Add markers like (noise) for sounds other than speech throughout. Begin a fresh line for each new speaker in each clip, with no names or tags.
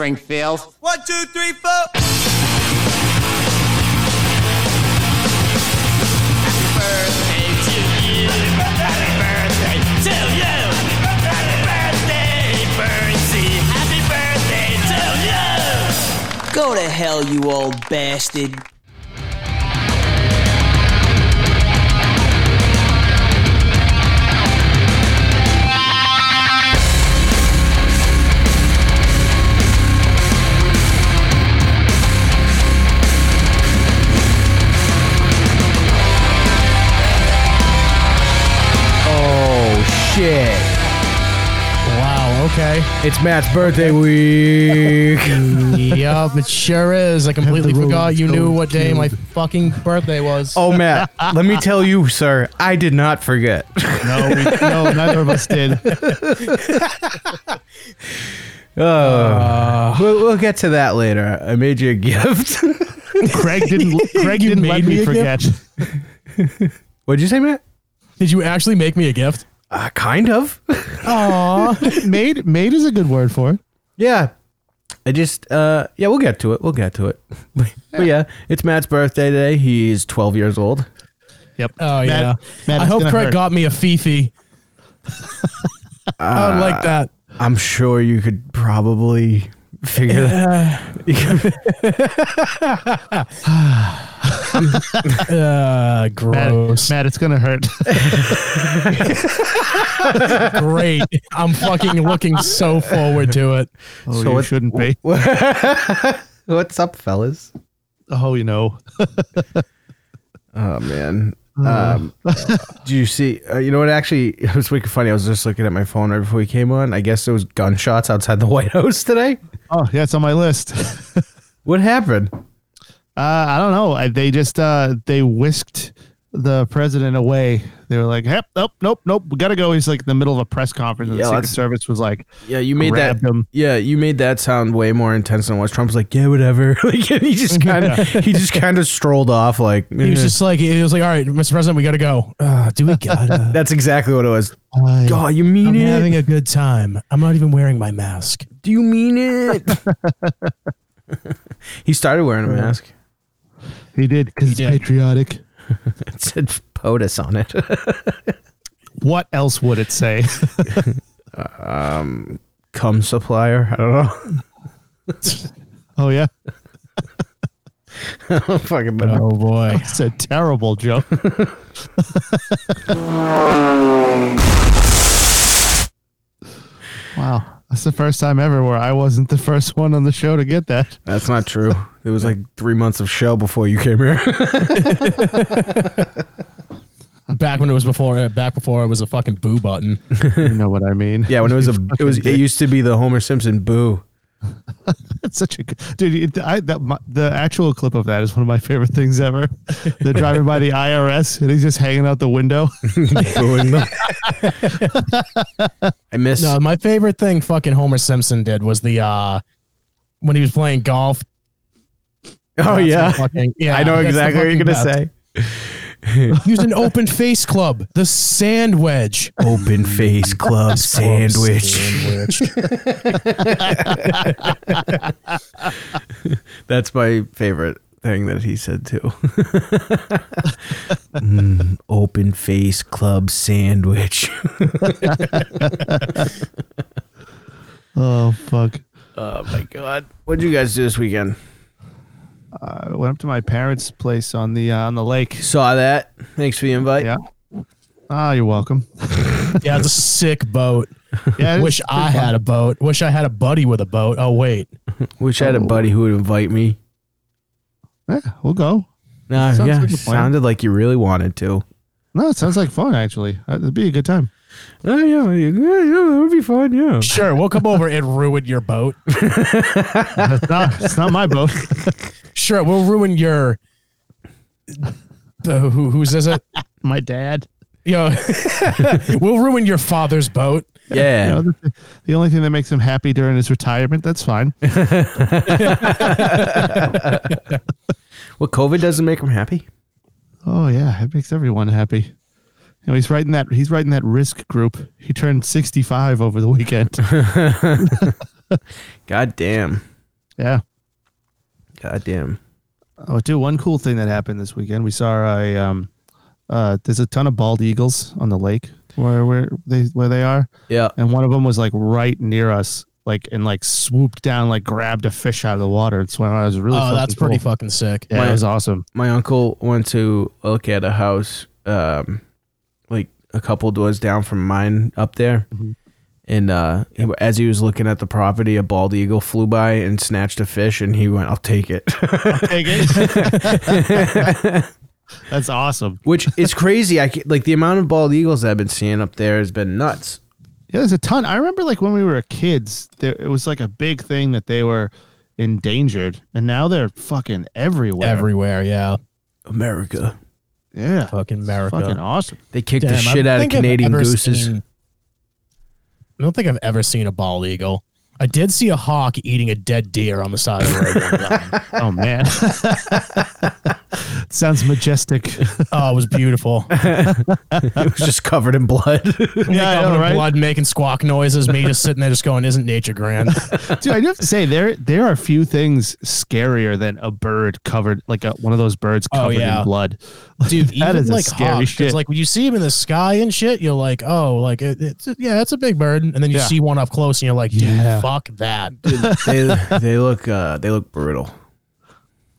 Springfield.
One, two, three, four.
Go to hell, you old bastard.
Oh shit!
Wow, okay.
It's Matt's birthday week.
(laughs) Yup, it sure is. I completely
the
forgot
Rolling
you knew
Stones
what day my fucking birthday was.
oh Matt, let me tell you, sir, I did not forget.
No, we, no, neither of
(laughs)
us did.
Oh. We'll, we'll get to that later. I made you a gift. (laughs)
Craig didn't. Craig
You
didn't
made
let
me
me
a
forget.
What'd you say, Matt?
Did you actually make me a gift?
Uh, kind of.
(laughs)
Aw, made made is a good word for it.
Yeah. I just uh yeah, we'll get to it. We'll get to it. (laughs) but yeah, it's Matt's birthday today. He's 12 years old.
Yep.
Oh
Matt-
yeah.
Matt,
I
it's
hope
gonna
Craig
hurt.
got me a
(laughs)
fifi. I would like that.
I'm sure you could probably figure that
Uh,
Matt,
gross.
Matt, it's
(laughs)
gonna hurt.
Great. I'm fucking looking so forward to it.
So
Oh, you
what-
shouldn't be.
(laughs) What's up, fellas?
Oh, you know.
Oh man.
Uh.
Um, (laughs) do you see? Uh, you know what? Actually, (laughs) it was wicked funny. I was just looking at my phone right before we came on. I guess there was gunshots outside the (laughs) White House today.
Oh, yeah, it's on my list. (laughs)
What happened?
Uh, I don't know. I, they just uh, they whisked the president away. They were like, "Yep, nope, nope, nope. We gotta go." He's like in the middle of a press conference, and
Yeah,
the Secret
that's-
Service was like,
Yeah, you made
Grabbed
that.
him.
Yeah, you made that sound way more intense than it was. Trump was like, "Yeah, whatever." (laughs) like, and he just kind
(laughs)
of he just kind of strolled off. Like
He was
"Eh."
just like, he was like, all right, Mr. President, we got to go. Uh, do we
(laughs)
gotta?
that's exactly what it was.
I-
God, you mean
I'm
it?
having a good time. I'm not even wearing my mask.
Do you mean it?
(laughs)
he started wearing a mask.
"He did because it's
did.
patriotic."
It said POTUS on it. (laughs)
What else would it say? (laughs)
Cum supplier. I don't know.
oh yeah,
(laughs) Fucking bad.
Oh
(laughs)
boy.
it's a
(laughs)
terrible joke. wow, that's the first time ever where I wasn't the first one on the show to get that.
That's not true. It was like three months of show before you came here.
Back when it was before, uh, back before it was a fucking boo button.
You know what I mean?
(laughs) yeah, when it was (laughs) a, it was it used to be the Homer Simpson boo.
It's (laughs) such a good dude. It, I, that, my, the actual clip of that is one of my favorite things ever. They're driving by the IRS and he's just hanging out the window.
(laughs) Booing them. I miss.
No, my favorite thing fucking Homer Simpson did was the uh when he was playing golf.
(laughs) oh yeah.
Fucking-
(laughs)
yeah,
I
(laughs)
know
that's the
exactly what you're
fucking
gonna
best.
say.
Use an open face club, the sand wedge.
Open face club
Sandwich.
That's my favorite thing that he said too. (laughs) Mm, open face club sandwich.
Oh fuck!
(laughs) oh my god. What'd you guys do this weekend?
I went up to my parents' place on the uh, on the lake.
Saw that. Thanks for the invite.
Yeah. Ah,
(laughs)
you're welcome.
(laughs) yeah, it's a sick boat.
Yeah,
Wish I had a boat. Wish I had a buddy with a boat. Oh wait,
Wish I had a buddy who would invite me.
Yeah, we'll go.
No,
Sounds
yeah,
like a plan.
sounded like you really wanted to.
No, it sounds like fun actually. Uh, It'd be a good time. (laughs)
Oh yeah, yeah, yeah, that would be fun. Yeah.
sure, we'll come over and ruin your boat.
It's not, it's not my boat. (laughs)
Sure, we'll ruin your. The, who, who's is it?
my dad.
Yo, (laughs) we'll ruin your father's boat.
You know,
Yeah.
the, the only thing that makes him happy during his retirement. That's fine.
What COVID doesn't make him happy.
Oh yeah, it makes everyone happy. You know, he's writing (laughs) that he's writing that risk group. He turned sixty five over the weekend.
God damn.
Yeah.
God damn.
Oh, dude, one cool thing that happened this weekend. We saw a um, uh, there's a ton of bald eagles on the lake where where they where they are,
Yeah.
and one of them was like right near us, like and like swooped down, like grabbed a fish out of the water. It's when I was really.
oh, that's pretty
cool.
fucking sick.
Yeah, it was (laughs) awesome.
my uncle went to look at a house um like a couple doors down from mine up there and uh he- as he was looking at the property a bald eagle flew by and snatched a fish and he went i'll take it (laughs)
(laughs) that's awesome.
which is crazy i ca- like the amount of bald eagles i've been seeing up there has been nuts
Yeah, there's a ton. I remember like when we were kids, there it was like a big thing that they were endangered, and now they're fucking everywhere.
Everywhere, yeah.
america
yeah,
Fucking America.
fucking awesome.
they kicked the
Damn, I
shit
don't
out of
think I've
canadian
ever
gooses
seen- I don't think I've ever seen a bald eagle. I did see a hawk eating a dead deer on the side of the road. one
(laughs)
time.
Oh man, sounds majestic.
(laughs) oh, it was beautiful.
(laughs)
(laughs)
it was just covered in blood (laughs)
yeah,
I know, right?
blood making squawk noises. Me just sitting there, just going, "Isn't nature
(laughs)
grand?"
Dude, I do have to say there there are few things scarier than a bird covered like a, one of those birds
Oh,
covered
yeah.
in blood.
Dude,
that
even
is a
like
scary
hawks, 'cause,
shit.
Like when you see him in the sky and shit, you're like, "Oh, like it, it's yeah, that's a big bird." And then you
Yeah.
see one up close, and you're like, "Dude,
Yeah.
fuck that."
they, they look uh they look brutal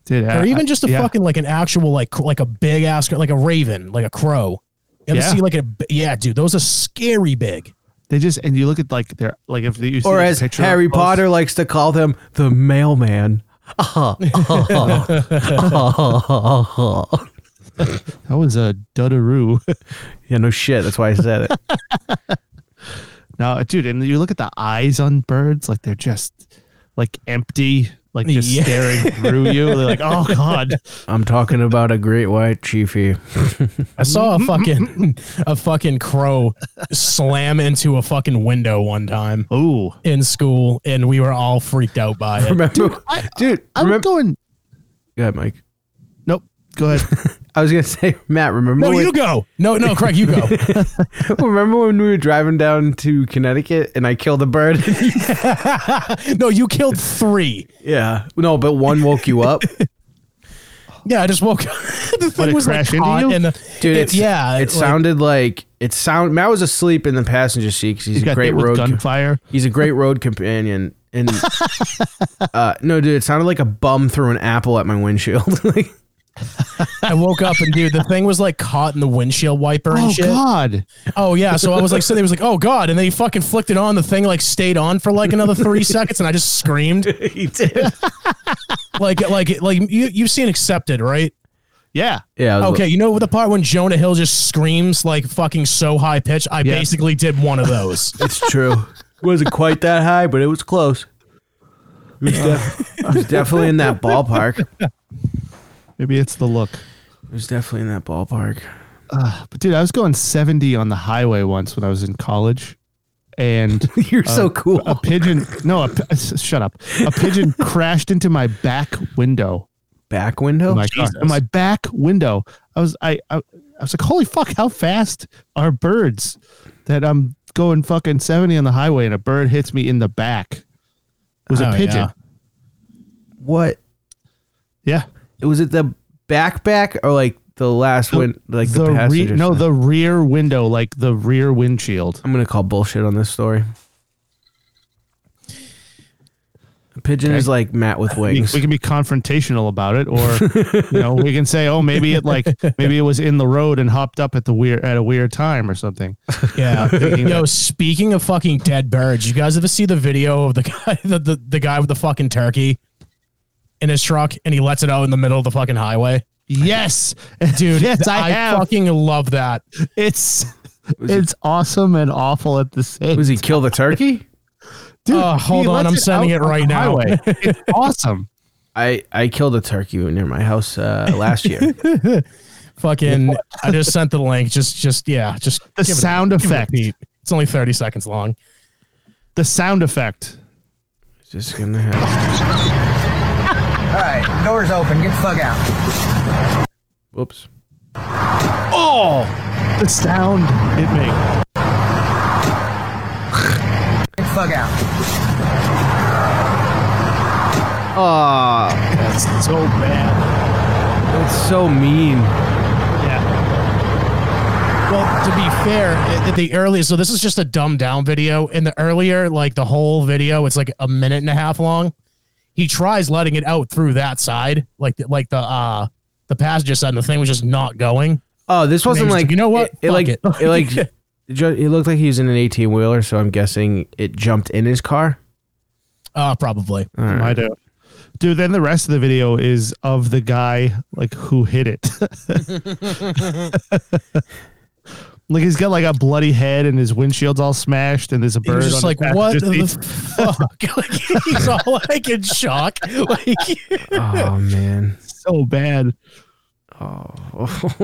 Dude,
or
I-
even just a
Uh, yeah.
fucking like an actual like cr- like a big ass like a raven like a crow you ever
Yeah.
see like a b- yeah dude those are scary big
They just and you look at like their like if you see
or
like, a
as
picture oh, up
harry
close-
potter likes to call them the (laughs) mailman
That was a (laughs) dudaroo.
Yeah, no shit. That's why I said it.
no, dude, and you look at the eyes on birds like they're just like empty, like just
Yeah.
staring through you. They're like,
(laughs)
oh god,
I'm talking about a great white chiefy.
I saw a fucking (laughs) a fucking crow slam into a fucking window one time
oh.
in school and we were all freaked out by it
Remember, dude?
I- I'm
remember,
going.
yeah, Mike.
Nope.
(laughs)
Go ahead.
I was gonna (laughs) say, Matt. Remember?
no
when, (laughs)
you go no no Craig you
(laughs)
go
remember when we were driving down to Connecticut and I killed a bird? (laughs)
no you killed three
yeah. No, but one woke you up,
yeah I just woke up (laughs) the
What,
thing
it
was like
crashed into
caught
you?
in the,
dude.
it-
It's,
yeah
It
it's like,
sounded like it sound. Matt was asleep in the passenger seat because he's,
You
a
got
great
hit with
road.
gunfire.
he's a great road companion. And uh, no, dude, it sounded like a bum threw an apple at my windshield. (laughs) like,
I woke up and dude the thing was like caught in the windshield wiper and
Oh
shit
god.
Oh yeah, so I was like, so they was like, oh god, and they fucking flicked it on. The thing like stayed on for like another
(laughs)
thirty seconds, and I just screamed
he did.
like like like you you've seen Accepted, right?
Yeah.
Yeah. I was
Okay, you know the part when Jonah Hill just screams like fucking so high pitch. I
Yeah.
basically did one of
(laughs)
those.
It's true. (laughs) wasn't quite that high, but it was close. It was, def- it was definitely in that ballpark. It
Maybe it's the look.
was definitely in that ballpark.
But dude, I was going 70 on the highway once when I was in college,
(laughs)
and
You're so cool.
a pigeon. No, a, p- shut up.
(laughs)
A pigeon crashed into my back window.
Back window?
in my, car, in my back window. I was I, I I was like, holy fuck! How fast are birds? That I'm going fucking 70 on the highway, and a bird hits me in the back. It was
Oh,
a pigeon.
yeah.
what?
Yeah.
Was it the back back or like the last win? Like the,
The re-
passenger?
no,
side?
the rear window, like the rear windshield.
I'm gonna call bullshit on this story. A pigeon is like Matt
(laughs)
with
we,
wings.
we can be confrontational about
(laughs)
it, or you know, we can say, "Oh, maybe it like maybe it was in the road and hopped up at the weird at a weird time
(laughs)
or something."
Yeah. (laughs)
Thinking
Yo, speaking of fucking dead birds, you guys ever see the video of the (laughs) guy the, the, the guy with the fucking turkey in his truck and he lets it out in the middle of the fucking highway?
Yes, (laughs)
Dude,
Yes, I have.
fucking love that.
it's it's awesome and awful at the same.
Was he kill the turkey?
Dude,
Oh, hold
he
on,
lets
I'm sending
out
it
on
right
the
now.
highway.
(laughs)
It's awesome.
I I killed a turkey near my house uh, last
(laughs)
year.
Fucking, I just sent the link. Just, just yeah, just
The
give it a-
sound
give it a
effect.
beat. It's only thirty seconds long.
The sound effect.
Just gonna have.
All right, door's open. Get the fuck out.
Whoops.
The sound it makes.
Get the fuck out.
Oh,
That's so bad.
it's so mean.
Yeah. Well, to be fair, i- the earlier, so this is just a dumbed down video. In the earlier, like the whole video, it's like a minute and a half long. He tries letting it out through that side, like the, like the uh the passenger side, and the thing was just not going.
Oh, this wasn't
just
like
like, you know what?
It, it like it,
Fuck it. (laughs)
like ju- it looked like he was in an eighteen wheeler, so I'm guessing it jumped in his
(laughs)
car.
Uh probably.
Might have. Dude, then the rest of the video is of the guy like who hit it. (laughs) like he's got like a bloody head and his windshield's all smashed and there's a
He
bird.
was just
on
like,
his
what
passenger
the
seat."
fuck? (laughs) like, he's all like in shock.
(laughs)
Like,
Oh man.
so bad.
Oh. (laughs)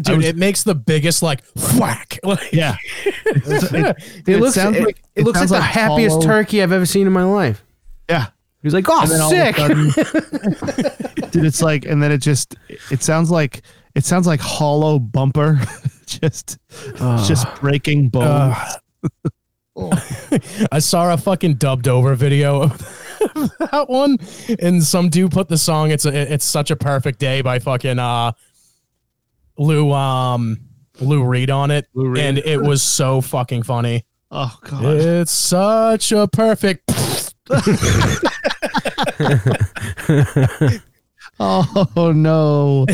dude, it makes the biggest like whack. (laughs) Like,
Yeah.
(laughs)
it,
It, looks it, it looks like
sounds
the happiest
hollow-
turkey I've ever seen in my life.
Yeah.
He's like, oh,
And then all of
sick.
a
(laughs)
sudden- dude, it's like, and then it just, it sounds like, it sounds like hollow bumper, (laughs) just, just breaking bone.
I saw a fucking dubbed over video of (laughs) that one, and some dude put the song "It's a, It's Such a Perfect Day" by fucking uh, Lou um Lou Reed on it,
Lou Reed.
and it was so fucking funny.
oh god.
It's such a perfect.
Oh no.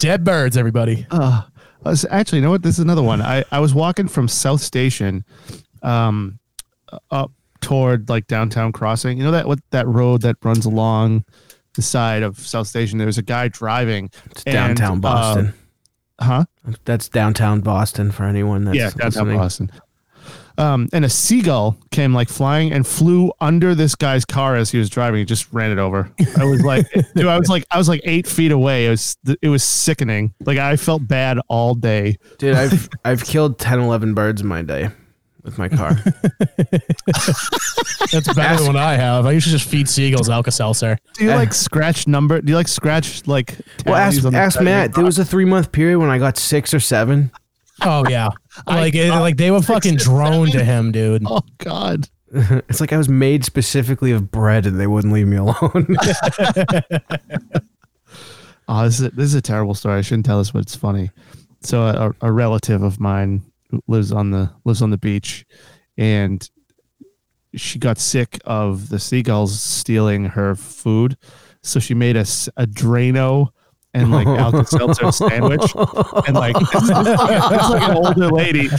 Dead birds, everybody.
Uh, I was- actually, you know what? This is another one. I, I was walking from South Station, um, up toward like downtown crossing. You know that what that road that runs along the side of South Station. There was a guy driving
It's
(laughs) and,
downtown Boston.
uh, huh?
That's downtown Boston for anyone that's
yeah, downtown
listening.
Boston. Um, and a seagull came like flying and flew under this guy's car as he was driving. He just ran it over. I was like, (laughs) dude, I was like, I was like eight feet away. It was, it was sickening. Like I felt bad all day.
Dude,
(laughs)
I've I've killed 10, 11 birds in my day with my
(laughs)
car.
That's
(laughs)
better than what I have. I usually just feed seagulls Alka Seltzer.
Do you like scratch number? Do you like scratch like?
Eh. well, ask,
tallies on the
ask
side of your
Matt. There was a three month period when I got six or seven. (laughs)
Oh yeah, like it, like they were fucking drone to
(laughs)
him, dude.
(laughs) Oh God!
It's like I was made specifically of bread, and they wouldn't leave me alone. (laughs)
Oh, this is a, this is a terrible story. I shouldn't tell this, but it's funny. So, a, a relative of mine who lives on the lives on the beach, and she got sick of the seagulls stealing her food, so she made us a Drano and like Alka Seltzer sandwich, and like (laughs) it's like an older lady,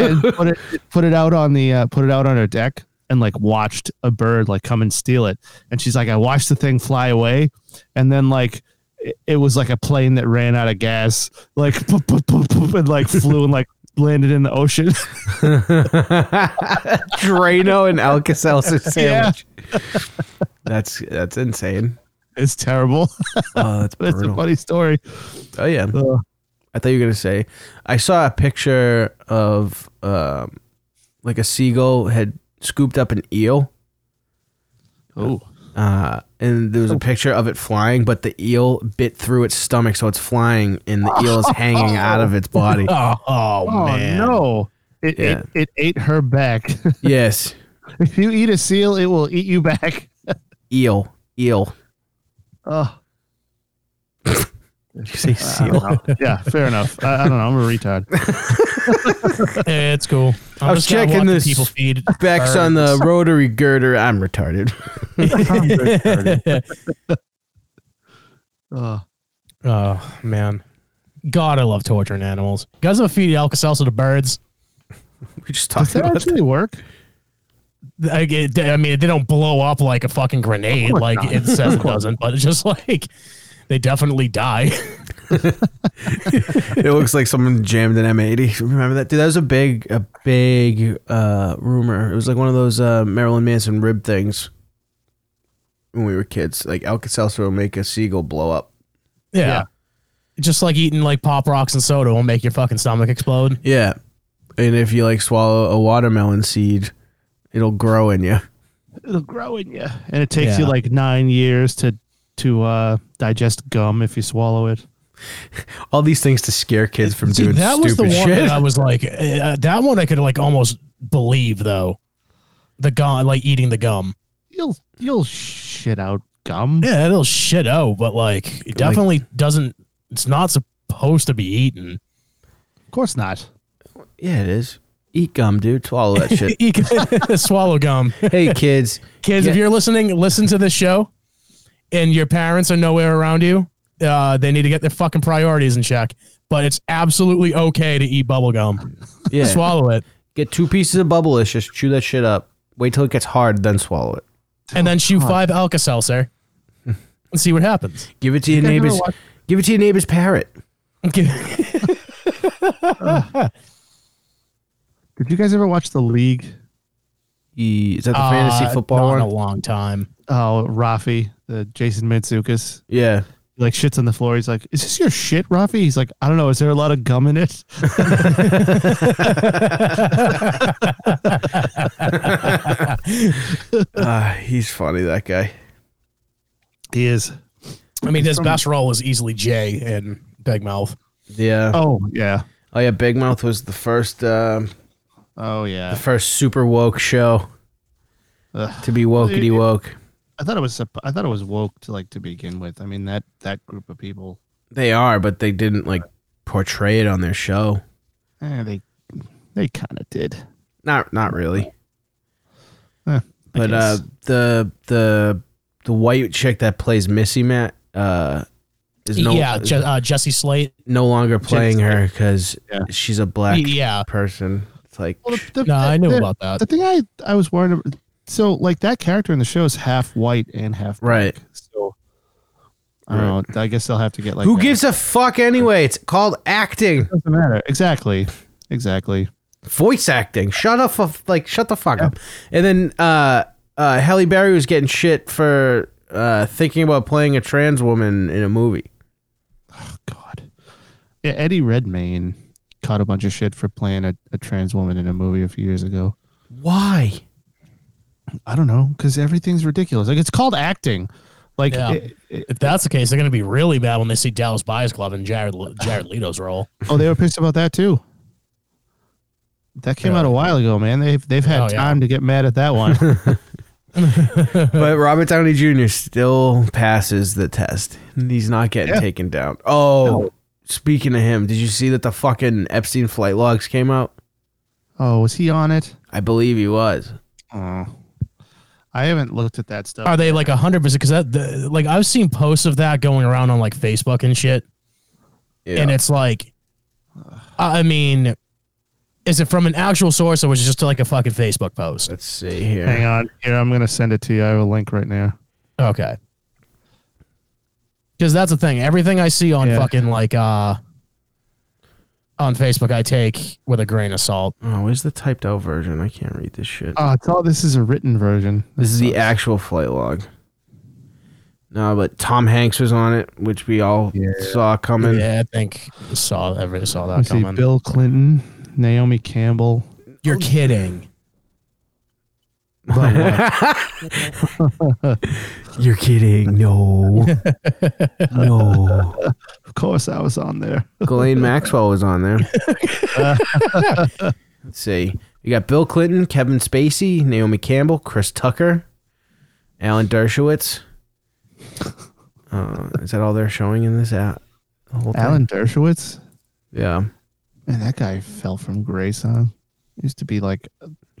and put it put it out on the uh, put it out on her deck. And like watched a bird like come and steal it, and she's like, "I watched the thing fly away, and then like it- it was like a plane that ran out of gas, like (laughs) poop, poop, poop, poop, and like flew and like landed in the ocean. (laughs)
Drano and Alka
(laughs)
Seltzer sandwich. That's that's insane.
it's terrible. (laughs)
Oh, that's
It's a
brutal.
funny story.
Oh yeah.
Ugh.
I thought you were gonna say. I saw a picture of um, like a seagull had scooped up an eel,
Oh,
uh, and there was
(laughs)
a picture of it flying, but the eel bit through its stomach, so it's flying, and the eel is hanging out of its
(laughs)
body.
Oh, oh,
oh
man,
no! It,
Yeah.
it it ate her back. (laughs)
Yes,
if you eat a seal, it will eat you back. (laughs)
eel, eel.
Oh,
Did you say seal?
yeah, fair enough. I, I don't know. I'm a retard.
Eh, it's cool. I'm
I was
just gonna
checking
watch the
this
People feed
Specs on
birds.
(laughs)
the rotary girder. I'm retarded. (laughs)
Oh,
Oh man, God, I love torturing animals. You guys ever feed Alka Seltzer to birds?
We just
does
talked
that
about that.
actually work?
I, get- I mean, they don't blow up like a fucking grenade, like it says it doesn't, but it's just (laughs) like they definitely die. (laughs)
It looks like someone jammed an M80. Remember that? Dude, that was a big, a big uh, rumor. It was like one of those uh, Marilyn Manson rib things when we were kids. Like Alka Seltzer will make a seagull blow up.
yeah. just like eating like pop rocks and soda will make your fucking stomach explode.
Yeah. And if you like swallow a watermelon seed, it'll grow in you.
It'll grow in you, and it takes you
Yeah.
like nine years to to uh, digest gum if you swallow it.
All these things to scare kids from
See,
doing
that was the
stupid
one
shit.
that I was like, eh, uh, that one I could like almost believe though. the gum, like eating the gum.
You'll you'll shit out gum.
Yeah, it'll shit out, but like it definitely doesn't. It's not supposed to be eaten.
Of course not.
Yeah, it is. Eat gum, dude. Swallow that
(laughs)
shit.
Swallow gum.
hey, kids.
Kids, if
Yeah.
you're listening, listen to this show, and your parents are nowhere around you. Uh, they need to get their fucking priorities in check. But it's absolutely okay to eat bubble gum.
Yeah.
Swallow it,
Get two pieces of bubblelicious. Just chew that shit up. Wait till it gets hard, then swallow it.
and then shoot five Alka Seltzer, and see what happens.
Give it to your neighbor's. Give it to your neighbor's parrot.
Okay.
Did you guys ever watch the league?
E- Is that the
(laughs) Uh,
fantasy football
not
one?
in a long time.
Oh, Rafi, the Jason Mantzoukas, (laughs)
yeah.
he, like shits on the floor. He's like, "Is this your shit, Rafi?" He's like, "I don't know. Is there a lot of gum in it?" (laughs)
Uh, he's funny, that guy.
He is.
I mean, his best role was easily Jay in Big Mouth.
Yeah. Oh,
Oh yeah.
yeah. Big Mouth was the first, um,
Oh
the
yeah.
first super woke show
Ugh.
to be wokey woke.
I thought it was. supp- I thought it was woke to like to begin with. I mean that that group of people.
They are, but they didn't like portray it on their show.
Eh, they they kind of did.
Not, not really.
Eh, I
But uh,
guess.
the the the white chick that plays Missy Matt uh, is no
yeah, Je- uh, Jesse Slate.
no longer playing her because
Yeah.
she's a black
Yeah.
person. It's like
Well, the- the-
No, I knew
the-
about that.
The thing I I was worried about. So like that character in the show is half white and half black.
right.
So I don't know. I guess they'll have to get like
Who
a-
gives a fuck anyway? It's called acting,
Doesn't matter. Exactly. Exactly.
voice acting. Shut up, of- like shut the fuck up. And then uh, uh, Halle Berry was getting shit for uh, thinking about playing a trans woman in a movie.
(laughs) God. Yeah, Eddie Redmayne caught a bunch of shit for playing a, a trans woman in a movie a few years ago.
Why?
I don't know because everything's ridiculous. Like it's called acting. Like
Yeah.
it- it-
If that's the case, they're going to be really bad when they see Dallas Buyers Club and Jared Jared Leto's role.
oh, they were pissed about that too. That came out a while ago, man. They've they've had
Oh, yeah.
time to get mad at
(laughs)
that one.
But Robert Downey Jr. still passes the test. He's not getting
Yeah.
taken down. Oh, speaking of him, did you see that the fucking Epstein flight logs came out?
oh, was he on it?
I believe he was.
Oh. I haven't looked at that stuff.
Are they like hundred percent? Because that, the, like, I've seen posts of that going around on like Facebook and shit,
Yeah.
and it's like, I mean, is it from an actual source or was it just like a fucking Facebook post?
Let's see here.
Hang on. Here, I'm going to send it to you. I have a link right now.
Okay. Because that's the thing. Everything I see on
Yeah.
fucking like uh on Facebook, I take with a grain of salt.
Oh, where's the typed out version? I can't read this shit.
Oh, it's all this is a written version.
this is the actual flight log. No, but Tom Hanks was on it, which we all saw coming.
yeah, I think I saw everybody saw
Mm. Let me
that
see.
coming.
Bill Clinton, Naomi Campbell.
You're kidding.
(laughs) You're kidding. No. no.
Of course, I was on there.
Ghislaine Maxwell was on there. Let's see. You got Bill Clinton, Kevin Spacey, Naomi Campbell, Chris Tucker, Alan Dershowitz. Uh, is that all they're showing in this app?
Alan Dershowitz.
Yeah.
Man, that guy fell from grace, huh? Used to be like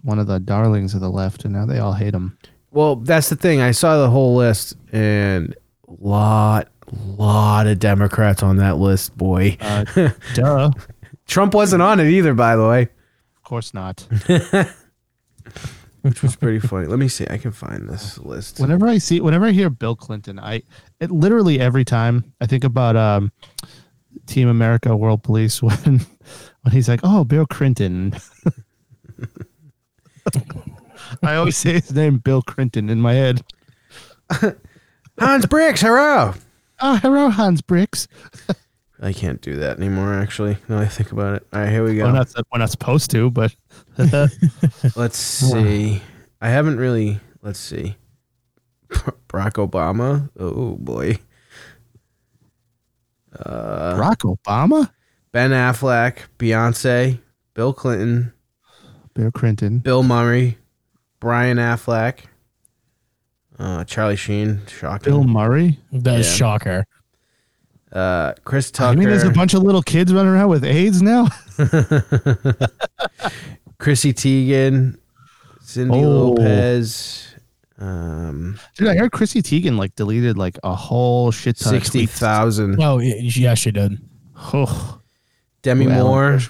one of the darlings of the left, and now they all hate him.
Well, that's the thing. I saw the whole list and lot lot of Democrats on that list, boy. Uh, (laughs)
Duh. Of
Trump wasn't on it either, by the way.
course not.
Which was pretty funny. Let me see. I can find this list.
Whenever I see, whenever I hear Bill Clinton, I it literally every time I think about um, Team America, World Police (laughs) when when he's like, "Oh, Bill Clinton." (laughs) I always say his name, Bill Clinton, in my head.
Hans Bricks, hurrah!
Oh, hello, Hans Bricks.
I can't do that anymore, actually. Now I think about it. All right, here we go.
We're not we're not supposed to, but
Let's see. I haven't really. Let's see. (laughs) Barack Obama. Oh, boy.
Barack Obama,
Ben Affleck, Beyonce, Bill Clinton,
Bill Clinton,
Bill Murray, Brian Affleck, uh, Charlie Sheen, shocking.
Bill Murray.
That is
Yeah.
shocker.
uh, Chris
I
Tucker.
mean, there's a bunch of little kids running around with AIDS now. (laughs)
Chrissy Teigen, Cindy
Oh.
Lopez, um,
Dude, I heard Chrissy Teigen like deleted like a whole shit ton of
sixty
tweets.
thousand.
Oh, y- yeah, she did.
Oh.
Demi
Who, Alan
Moore.
Hirsch?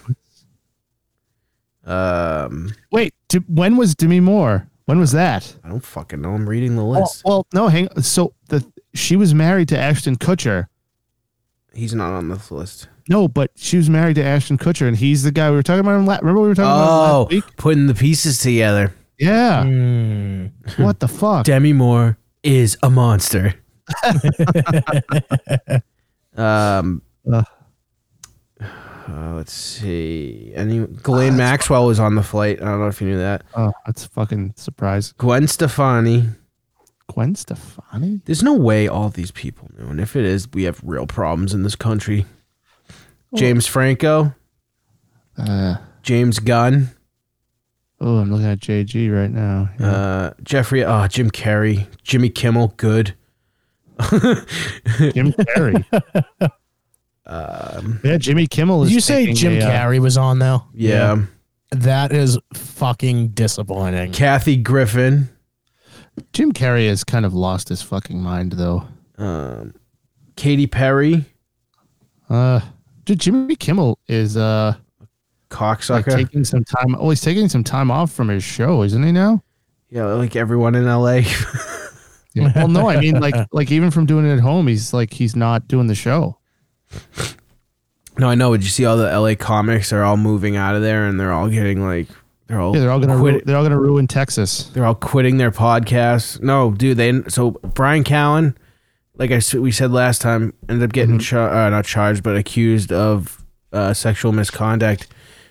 Um,
Wait, d- when was Demi Moore? When was that?
I don't fucking know. I'm reading the
Well,
list.
Oh, well, no, hang. So the she was married to Ashton Kutcher. Oh.
He's not on this list.
No, but she was married to Ashton Kutcher, and he's the guy we were talking about. Him la- Remember we were talking about him
Oh,
last week?
putting the pieces together.
(laughs) Yeah.
Hmm.
what the fuck?
Demi Moore is a
(laughs)
monster. um,
Uh.
uh, let's see. Any Glenn Maxwell was on the flight. I don't know if you knew that.
Oh, that's fucking surprise.
Gwen Stefani.
Gwen Stefani.
There's no way all these people knew, and if it is, we have real problems in this country. James Franco,
Uh,
James Gunn,
oh, I'm looking at JG right now. Yeah.
uh, Jeffrey, oh, Jim Carrey, Jimmy Kimmel, good.
Jim Carrey. (laughs) yeah, Jimmy Kimmel is.
Did you say
taking
Jim
a, uh,
Carrey was on though?
Yeah.
That is fucking disappointing.
Kathy Griffin,
Jim Carrey has kind of lost his fucking mind though.
um, Katy Perry,
Uh, dude, Jimmy Kimmel is uh like,
cocksucker.
taking some time. Oh, he's taking some time off from his show, isn't he now?
yeah, like everyone in LA.
well, no, I mean like like even from doing it at home, he's like he's not doing the show.
(laughs) no, I know. Did you see all the LA comics are all moving out of there, and they're all getting like they're all
Yeah, they're all gonna
quit-
ru- they're all gonna ruin Texas.
they're all quitting their podcasts. No, dude, they so Brian Callen, like I s- we said last time, ended up
Mm-hmm.
getting char- uh, not charged but accused of uh, sexual misconduct.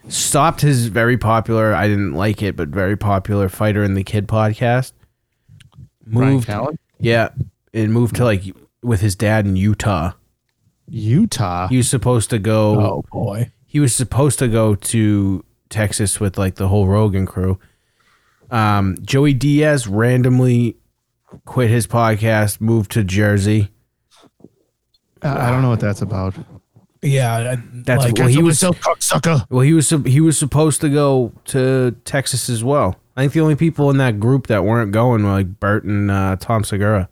Stopped his very popular, I didn't like it, but very popular Fighter and the Kid podcast.
Brian
Moved,
Callen,
yeah, and moved to like with his dad in Utah.
Utah.
He was supposed to go.
Oh boy.
he was supposed to go to Texas with like the whole Rogan crew. Um, Joey Diaz randomly quit his podcast, moved to Jersey.
I I don't know what that's about.
Yeah,
That's well, he was
cocksucker.
well he was sup- he was supposed to go to Texas as well. I think the only people in that group that weren't going were like Bert and uh, Tom Segura.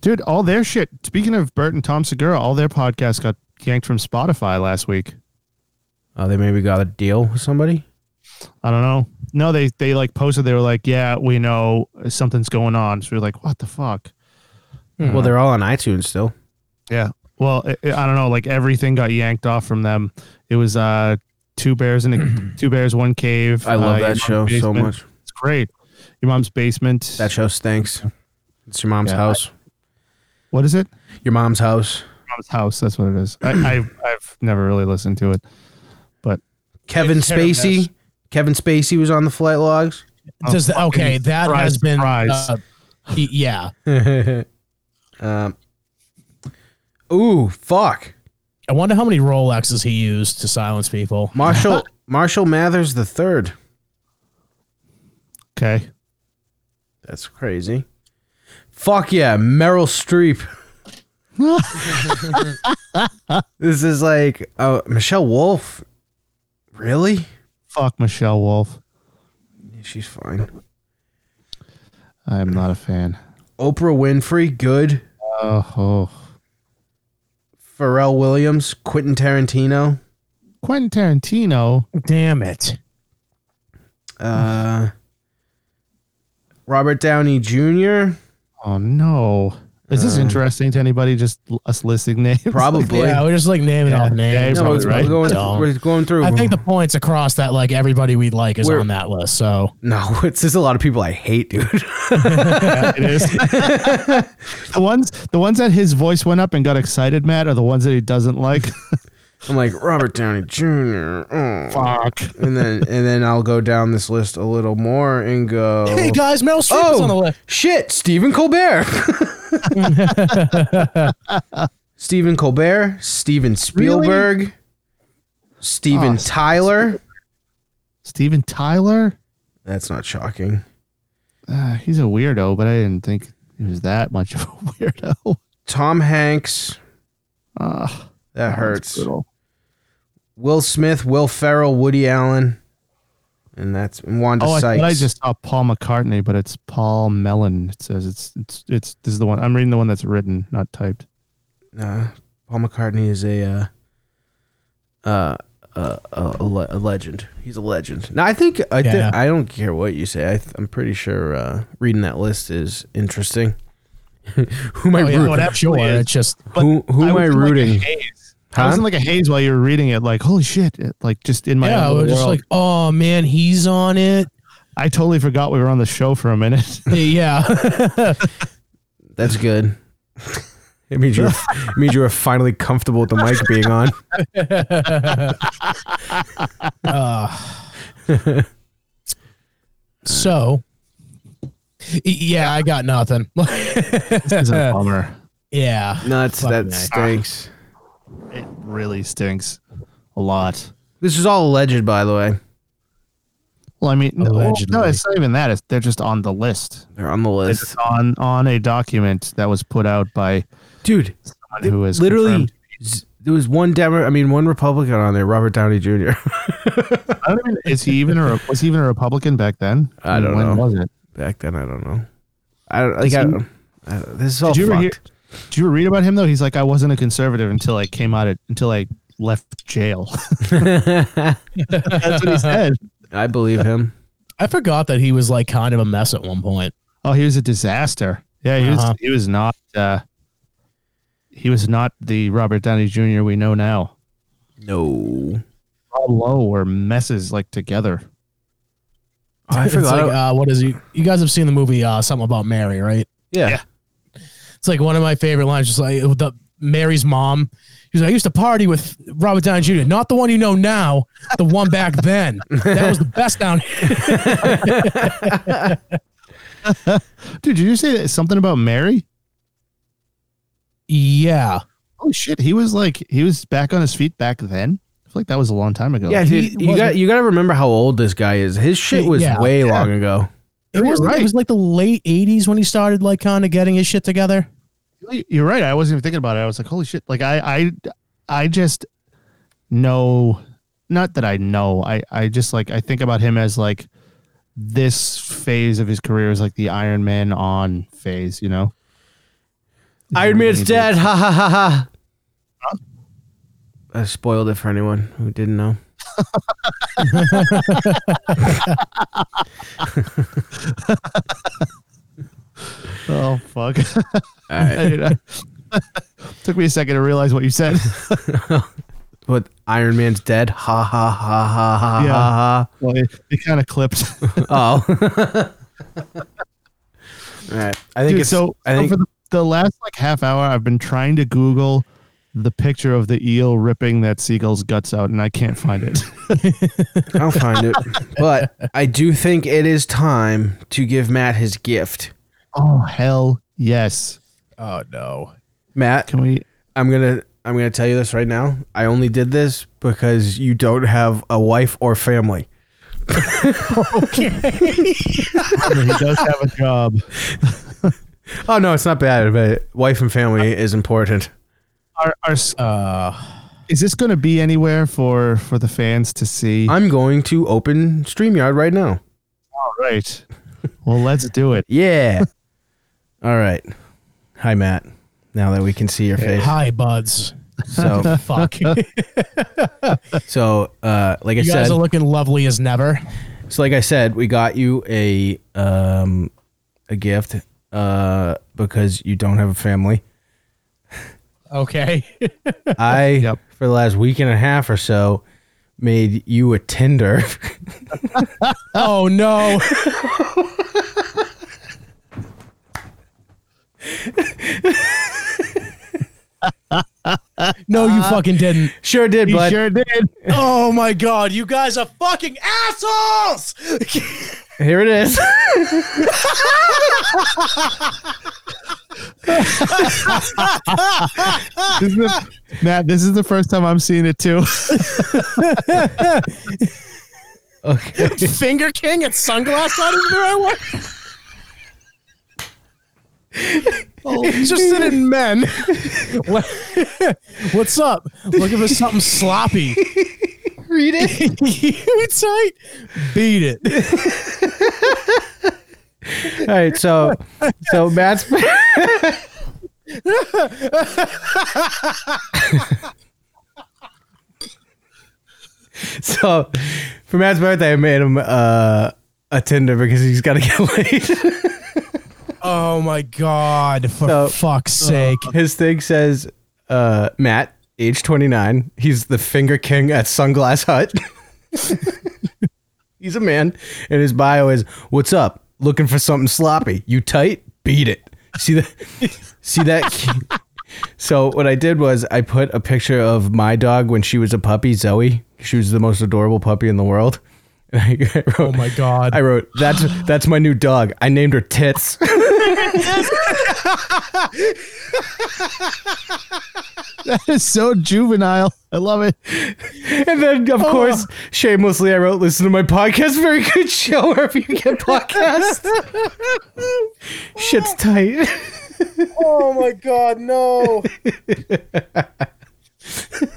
Dude, all their shit. Speaking of Bert and Tom Segura, all their podcasts got yanked from Spotify last week.
Uh, they maybe got a deal with somebody.
I don't know. No, they they like posted. They were like, "Yeah, we know something's going on." So we are like, "What the fuck?" Hmm.
Well, they're all on iTunes still.
Yeah. Well, i I don't know. Like everything got yanked off from them. It was uh two bears in a (clears throat) two bears one cave.
I love
uh, Your
that show
Mom's
so
Basement.
much.
It's great. Your mom's basement.
That show stinks. It's your mom's
Yeah.
house.
what is it?
Your mom's house.
Mom's house. That's what it is. I, (clears throat) I I've never really listened to it.
Kevin
It's hit or miss.
Spacey. Kevin Spacey was on the flight logs.
Does the, okay, that
surprise,
has been
surprise.
uh, he- yeah.
um, ooh, fuck.
I wonder how many Rolexes he used to silence people. (laughs)
Marshall Marshall Mathers the third.
Okay.
That's crazy. Fuck yeah, Meryl
(laughs)
Streep. this is like uh, Michelle Wolf. Really?
Fuck Michelle Wolf.
Yeah, She's fine.
I am not a fan.
Oprah Winfrey, good.
Oh, oh.
Pharrell Williams, Quentin Tarantino.
Quentin Tarantino.
Damn it.
Uh, Robert Downey Jr.
Oh no. Is this interesting to anybody? Just l- us listing names. (laughs)
Probably.
Yeah, we're just like naming
Yeah.
off
Yeah,
names.
No,
probably
it's-
right.
we're, going,
Don't.
we're going through.
I think the points across that like everybody we like is
We're-
on that list. So
(laughs) no, it's just a lot of people I hate, dude. (laughs)
it is. the ones, the ones that his voice went up and got excited, Matt, are the ones that he doesn't
(laughs)
like.
I'm like Robert Downey Jr. oh.
Fuck.
And then and then I'll go down this list a little more and go.
hey guys, Meryl Streep is on the
oh
list.
shit, Stephen
(laughs)
Colbert. Stephen Colbert, Steven Spielberg, Steven
Oh,
Tyler,
Steven Tyler.
That's not shocking.
Uh, he's a weirdo, but I didn't think he was that much of a (laughs) weirdo.
Tom Hanks.
Ah,
That
that's
hurts.
brutal.
Will Smith, Will Ferrell, Woody Allen, and that's and Wanda
Oh, I
Sykes.
thought I just saw Paul McCartney, but it's Paul Mellon. It says it's it's it's this is the one I'm reading the one that's written, not typed.
Nah, uh, Paul McCartney is a uh, uh, uh, a, a, le- a legend. He's a legend. Now I think I thi-
Yeah.
I don't care what you say. I th- I'm pretty sure uh, reading that list is interesting. (laughs) who am I
Oh, yeah,
rooting?
oh, that sure.
is.
It's just
who who
I
am I
was in, like, a
rooting?
haze. I
Huh?
was in like a haze while you were reading it, like holy shit! It, like just in my
yeah,
own
we're
world.
just like, oh man, he's on it.
(laughs) I totally forgot we were on the show for a minute.
Yeah, (laughs)
That's good. (laughs) it means
(laughs)
you're it means you're finally comfortable with the mic being on.
so y- yeah, I got nothing. (laughs)
It's a bummer.
yeah,
Nuts.
Fucking
That
nice.
stinks.
It really stinks a lot.
This is all alleged, by the way.
Well, I mean, no,
Allegedly.
no, it's not even that. It's, they're just on the list.
They're on the
They're
list,
just on on a document that was put out by
dude.
someone who is
literally
confirmed.
z- there was one Demo- I mean one Republican on there, Robert Downey (laughs) Jr.
I don't even, is he even a was he even a Republican back then?
(laughs) I don't
when
know.
Was it?
Back then, I don't know. I don't like. I, don't- I, don't- this is all
Did you
fucked.
ever hear? Did you ever read about him though? He's like, I wasn't a conservative until I came out of, until I left jail. (laughs)
(laughs)
That's what he said.
I believe him.
I forgot that he was like kind of a mess at one point.
Oh, he was a disaster. Yeah, he
Uh-huh.
was. He was not. Uh, he was not the Robert Downey Jr. we know now.
No,
Rob Lowe were messes like together.
I
It's
forgot.
like, uh, what is he? You guys have seen the movie uh, something about Mary, right?
yeah.
yeah.
It's like one of my favorite lines. Just like with the Mary's mom. She's like, I used to party with Robert Downey Jr. Not the one you know now, the one back then. That was the best down. (laughs)
Dude, did you say that something about Mary?
yeah,
Oh shit, he was like he was back on his feet back then. I feel like that was a long time ago.
Yeah,
he
dude, you got
wasn't-
you got to remember how old this guy is. His shit was
Yeah.
way long ago.
it was.
right.
It was like the late '80s when he started like kind of getting his shit together.
You're right. I wasn't even thinking about it. I was like, holy shit. Like I I I just know not that I know. I I just like I think about him as like this phase of his career is like the Iron Man on phase, you know?
Iron Man's
Maybe.
dead. Ha ha ha ha. I spoiled it for anyone who didn't know.
Oh fuck. (laughs)
All right. (laughs)
Took me a second to realize what you said.
What Iron Man's dead? Ha ha ha ha ha
Yeah.
ha ha.
well, it, it kind of clipped.
Oh. (laughs) All right. I think
Dude,
it's
so,
I
so
think
for the, the last like half hour, I've been trying to Google the picture of the eel ripping that seagull's guts out, and I can't find
(laughs)
it.
I'll find it. But I do think it is time to give Matt his gift.
oh hell yes!
Oh no.
Matt,
Can we?
I'm gonna I'm gonna tell you this right now. I only did this because you don't have a wife or family.
he does have a
(laughs)
job.
Oh no, it's not bad, but wife and family is important.
Our, our,
Uh,
is this going to be anywhere for for the fans to see?
I'm going to open StreamYard right now.
All right. Well, let's do
(laughs)
it.
Yeah. All right. Hi Matt. Now that we can see your face.
hi, buds.
So (laughs)
(laughs) Fuck. you
so uh like I
guys
said
are looking lovely as never.
So, like I said, we got you a um, a gift uh, because you don't have a
(laughs)
family.
Okay.
I,
Yep.
for the last week and a half or so, made you a Tinder.
(laughs)
(laughs)
oh no. no, you fucking didn't.
sure did,
You
bud.
sure did.
Uh, Oh my god, you guys are fucking assholes!
Here it is. (laughs)
This is
(laughs)
the- (laughs) Matt, this is the first time I'm seeing it too.
Okay.
Finger King at Sunglass Hut is the right one. Interested in men. Oh. What- What's up? Looking for something sloppy.
Read it.
(laughs) you tight? Beat it.
All right, so so Matt's (laughs) So for Matt's birthday I made him uh a Tinder because he's gotta get (laughs) laid.
Oh my god! For
So-
fuck's sake!
(laughs) His thing says uh Matt, age twenty nine, he's the finger king at Sunglass Hut. (laughs) he's a man, and his bio is what's up? Looking for something sloppy. You tight? Beat it. See that (laughs) see that (laughs) So what I did was I put a picture of my dog when she was a puppy, Zoe. She was the most adorable puppy in the world. (laughs) And I, I wrote,
Oh my god!
I wrote, "That's that's my new dog. I named her Tits." (laughs)
That is so juvenile. I love it.
And then,
Oh.
of course, shamelessly, I wrote, "Listen to my podcast. (laughs) Very good show wherever you get
(laughs)
podcasts." Shit's tight.
Oh my god! No.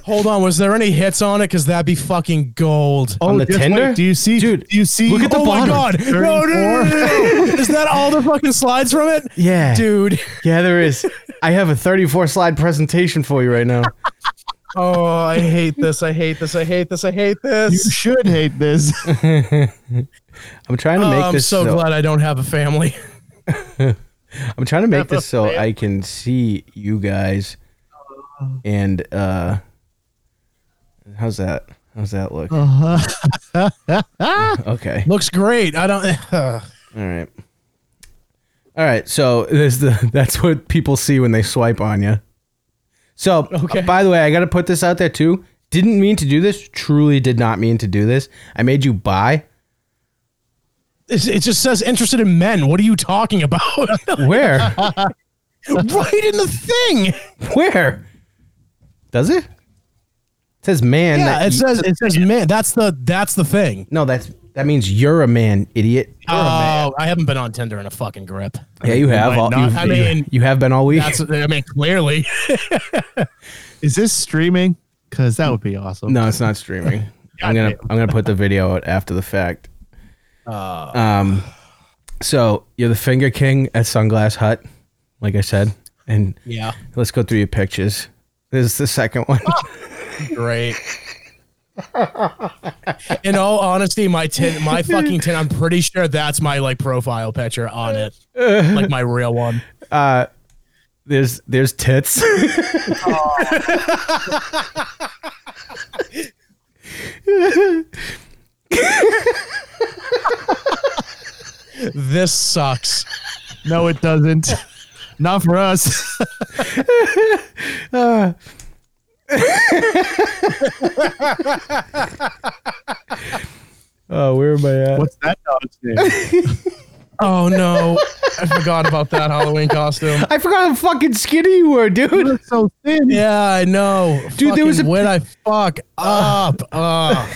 Hold on. Was there any hits on it? Because that'd be fucking gold.
On the
just
Tinder?
wait, Oh, do you see?
Dude,
do you see?
look at the
Oh my
bottom.
god! No, no, no, no, no, no. (laughs) Is that all the fucking slides from it?
Yeah,
Dude.
Yeah, there is. I have a 34 slide presentation for you right now.
Oh, I hate this. I hate this. I hate this. I hate
You
this.
should
(laughs)
hate this.
I'm trying to
Oh,
make
I'm
this.
so
so
glad I don't have a family. (laughs)
I'm trying to make
Have a
this
(laughs)
so
fan.
I can see you guys. And uh how's that? How's that look?
Uh-huh.
(laughs) okay.
Looks great. I don't. (sighs)
All right. All right. So there's the (laughs) that's what people see when they swipe on you. So uh,
Okay.
by the way, I got to put this out there too. Didn't mean to do this. Truly did not mean to do this. I made you buy.
It's- It just says interested in men. What are you talking about? (laughs)
Where?
right in the thing.
Where? Does it? It says man.
Yeah,
that
it
you-
says it says man. That's the that's the thing.
No, that's that means you're a man, idiot.
Oh, I haven't been on Tinder in a fucking grip.
yeah, you have.
might
All,
not-
you've-
I mean,
you have been all week.
That's I mean clearly.
Is this streaming? Because that would be awesome.
No, it's not
(laughs)
streaming. I'm gonna I'm gonna put the video out after the fact.
Uh.
Um, so you're the finger king at Sunglass Hut, like I said, and
Yeah,
let's go through your pictures. This is the second one.
Ah. great. In all honesty, my tin, my fucking tin. I'm pretty sure that's my like profile picture on it, like my real one.
(laughs) There's there's tits. (laughs)
This sucks.
No, it doesn't. (laughs) Not for us.
Oh, where am I at?
What's that dog's name?
Oh no, I forgot about that Halloween costume.
I forgot how fucking skinny you were,
(laughs)
dude.
(laughs) It's so thin.
Yeah, I know,
Dude, there was
Fucking
a-
when I fuck
(laughs)
up. Uh,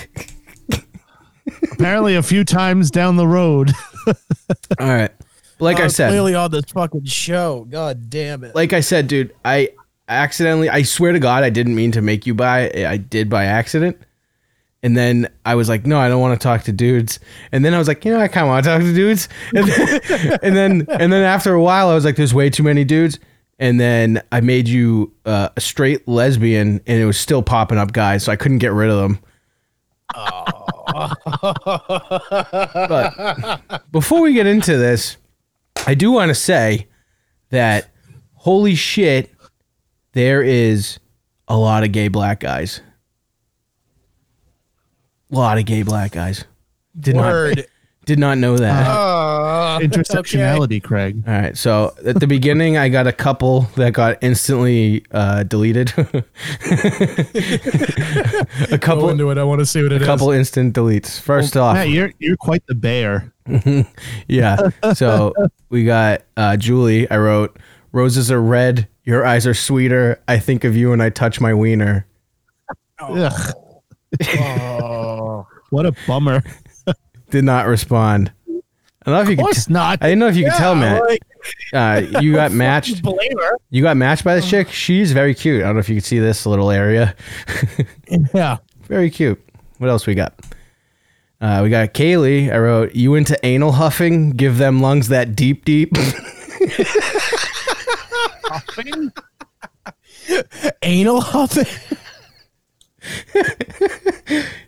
Apparently, a few times down the road.
All right, like I
I'm
said,
Uh, clearly on this fucking show. God damn it.
like I said, dude, I accidentally, I swear to God, I didn't mean to make you buy. it. I did by accident. And then I was like, no, I don't want to talk to dudes. And then I was like, you know, I kind of want to talk to dudes. (laughs) And then, and then, and then after a while, I was like, there's way too many dudes. And then I made you uh, a straight lesbian, and it was still popping up guys, so I couldn't get rid of them. but before we get into this, I do want to say that holy shit, there is a lot of gay black guys. A lot of gay black guys. Did not
Word.
(laughs) did not know that.
Uh,
Intersectionality, Craig.
All right. So at the beginning, I got a couple that got instantly uh, deleted. (laughs) a
Go
couple,
into it. I want to see what it is.
couple instant deletes.
Oh,
First off,
Matt, you're you're quite the bear.
yeah.
(laughs)
So we got uh, Julie. I wrote, "Roses are red. Your eyes are sweeter. I think of you and I touch my wiener."
(laughs) Ugh. what a bummer.
did not respond. I don't know if you
Of
could.
course not.
I didn't know if you could tell, Matt.
Like,
uh, you got
(laughs) fucking
matched.
Blame her.
You got matched by this
(sighs)
chick. She's very cute. I don't know if you can see this little area. (laughs)
Yeah.
Very cute. What else we got? Uh, we got Kaylee. I wrote, "You into anal huffing? Give them lungs that deep, deep." (laughs)
Anal huffing.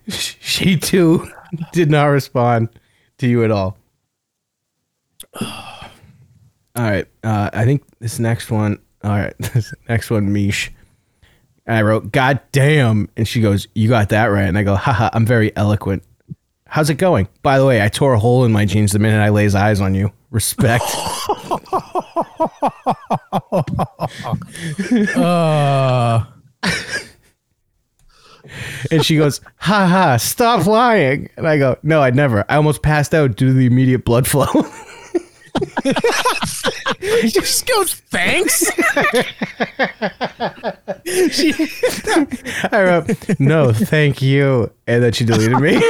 she too (laughs) did not respond to you at all. (sighs) All right. Uh, I think this next one. All right, (laughs) this next one, Mish. I wrote, "God damn," and she goes, "You got that right." And I go, "Haha, I'm very eloquent." How's it going? By the way, I tore a hole in my jeans the minute I lays eyes on you. (laughs) Respect.
Uh,
And she goes, ha ha, stop lying. And I go, no, I'd never. I almost passed out due to the immediate blood flow. (laughs)
she just goes, thanks.
I wrote, no, thank you. And then she deleted me.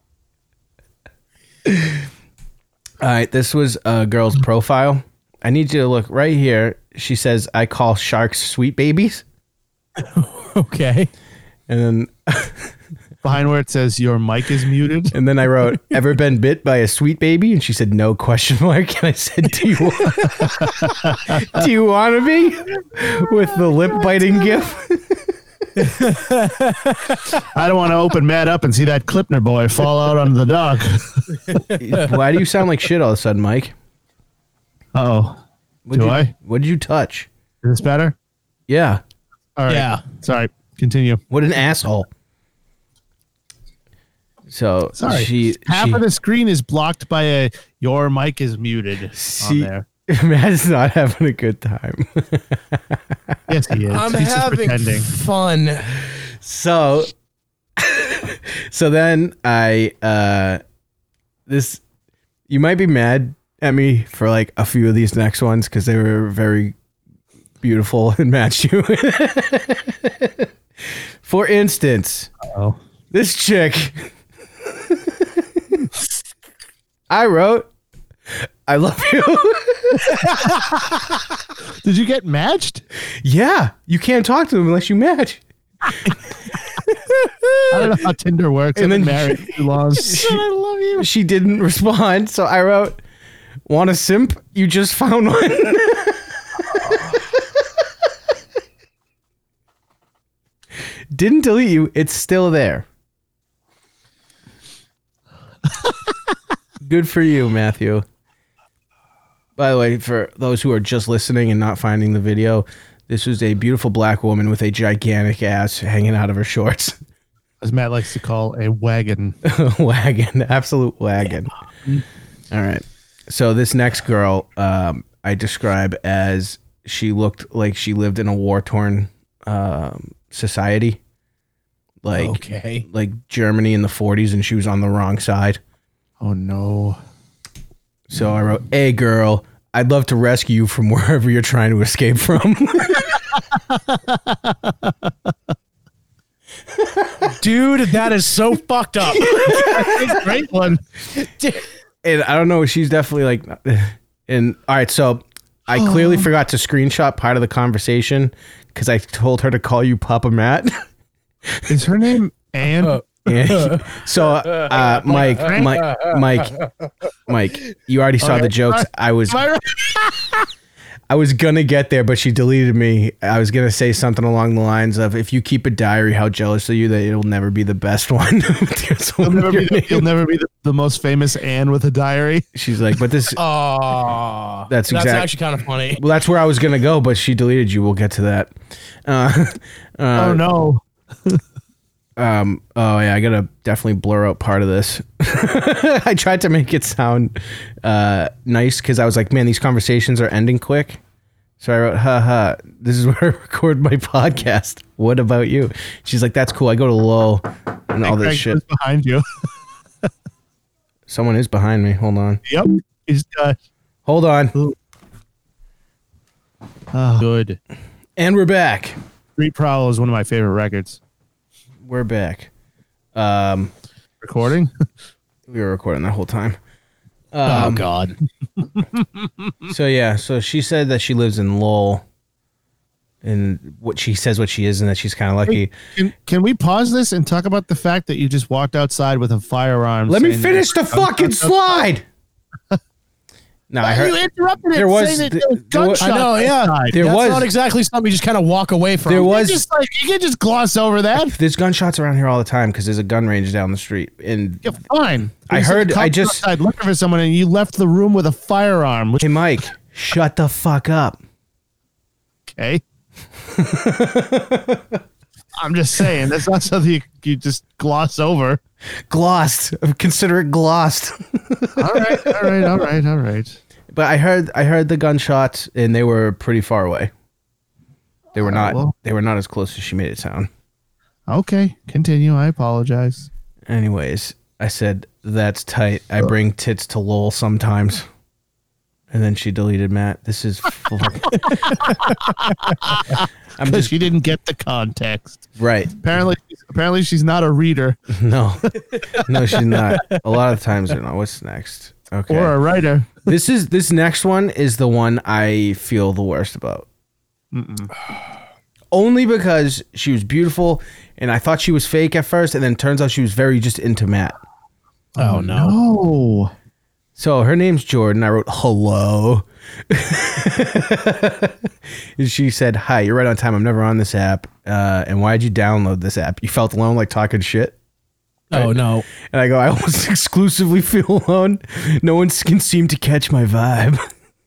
(laughs) All right, this was a girl's profile. I need you to look right here. She says, I call sharks sweet babies.
(laughs) okay.
And then
Behind where it says your mic is muted.
And then I wrote, "Ever been bit by a sweet baby?" And she said, "No question mark." And I said, "Do you want, (laughs) do you want to be with the lip biting gif?"
I don't want to open Matt up and see that Klipner boy fall out onto the dock.
Why do you sound like shit all of a sudden, Mike?
Oh,
What'd
Do
you,
I?
What did you touch?
is this better?
Yeah,
All right.
Yeah.
Sorry. Continue.
what an asshole. So
Sorry.
she
Half
she,
of the screen is blocked by a your mic is muted
she-
on there.
(laughs) Matt's not having a good time.
Yes, he is.
I'm
He's just
having
pretending.
fun.
so so then i uh this you might be mad at me for like a few of these next ones because they were very beautiful and matched you (laughs) for instance
Oh.
this chick i wrote i love you (laughs)
Did you get matched?
yeah you can't talk to them unless you match
I don't know how Tinder works.
And
And then
then-
married
(laughs)
two laws.
I love you. She didn't respond, so I wrote, "Want a simp? You just found one." (laughs) didn't delete you. It's still (laughs) there. Good for you, Matthew. By the way, for those who are just listening and not finding the video, this was a beautiful black woman with a gigantic ass hanging out of her shorts. (laughs)
As Matt likes to call a wagon.
wagon, absolute wagon. All right. So this next girl, um, I describe as she looked like she lived in a war torn um, society, like
Okay.
like Germany in the '40s, and she was on the wrong side.
Oh no.
So I wrote, "Hey, girl, I'd love to rescue you from (laughs) wherever you're trying to escape from." (laughs)
Dude, that is so fucked (laughs) up.
Great one.
and I don't know. She's definitely like, (sighs) and all right. So I clearly forgot to screenshot part of the conversation because I told her to call you Papa Matt. (laughs)
Is her name Anne?
Oh. And- (laughs) so, uh, Mike, Mike, Mike, Mike, you already saw the jokes. I was,
I right?
I was gonna get there, but she deleted me. I was gonna say something along the lines of, "If you keep a diary, how jealous are you that it'll never be the best one." (laughs) There's
You'll
one
never
of your
be, the,
name.
you'll never be the, the most famous Anne with a diary.
She's like, "But
(laughs)
this,
Oh,
That's
that's
exact-
actually kind of funny.
well, that's where I was gonna go, but she deleted you. We'll get to that." Uh, (laughs)
oh no.
Um, oh yeah, I gotta definitely blur out part of this. (laughs) I tried to make it sound uh, nice because I was like, man, these conversations are ending quick. So I wrote, ha ha, this is (laughs) where I record my podcast. What about you? She's like, that's cool. I go to low and all this
Craig
shit.
was behind you. (laughs)
Someone is behind me. Hold on.
yep. He's uh,
Hold on.
good.
And we're back.
Street Prowl is one of my favorite records.
We're back. Um, (laughs)
Recording?
we were recording that whole time. Um,
oh God.
So yeah, so she said that she lives in Lowell, and what she says what she is, and that she's kind of lucky.
Can, can we pause this and talk about the fact that you just walked outside with a firearm?
Let me
saying-
finish the fucking (laughs) slide. No, I
You
heard
interrupted it.
There was-
saying that there was
there was-
gunshots
I know, yeah.
outside.
There
That's
was-
not exactly something you just kind of walk away from.
There
You
was-
just like you can just gloss over that.
there's gunshots around here all the time because there's a gun range down the street, and
You're fine.
I
You said
heard-
the
I
cops
just-
outside looking for someone, and you left the room with a firearm. Which
Hey, Mike, shut the fuck up.
okay. (laughs) I'm just saying that's not something you, you just gloss over.
Glossed. (laughs) Consider it glossed. (laughs)
All right, all right, all right, all right.
but I heard I heard the gunshots, and they were pretty far away. They were not.
well.
They were not as close as she made it sound.
Okay, continue. I (laughs) apologize.
Anyways, I said that's tight. I bring tits to Lowell sometimes. And then she deleted Matt. This is fuck. (laughs) I'm
Because
just
she didn't get the context.
right. (laughs)
Apparently, apparently she's not a reader
No, no, she's not. A lot of times they're not. What's next? Okay.
or a writer.
this is this next one is the one I feel the worst about. (sighs) Only because she was beautiful, and I thought she was fake at first, and then turns out she was very just into Matt.
Oh no.
Oh,
So her name's Jordan. I wrote hello. (laughs) and she said, Hi, you're right on time. I'm never on this app. Uh, and why'd you download this app? You felt alone like talking shit?
Oh no.
And I go, I almost (laughs) exclusively feel alone. No one can seem to catch my vibe.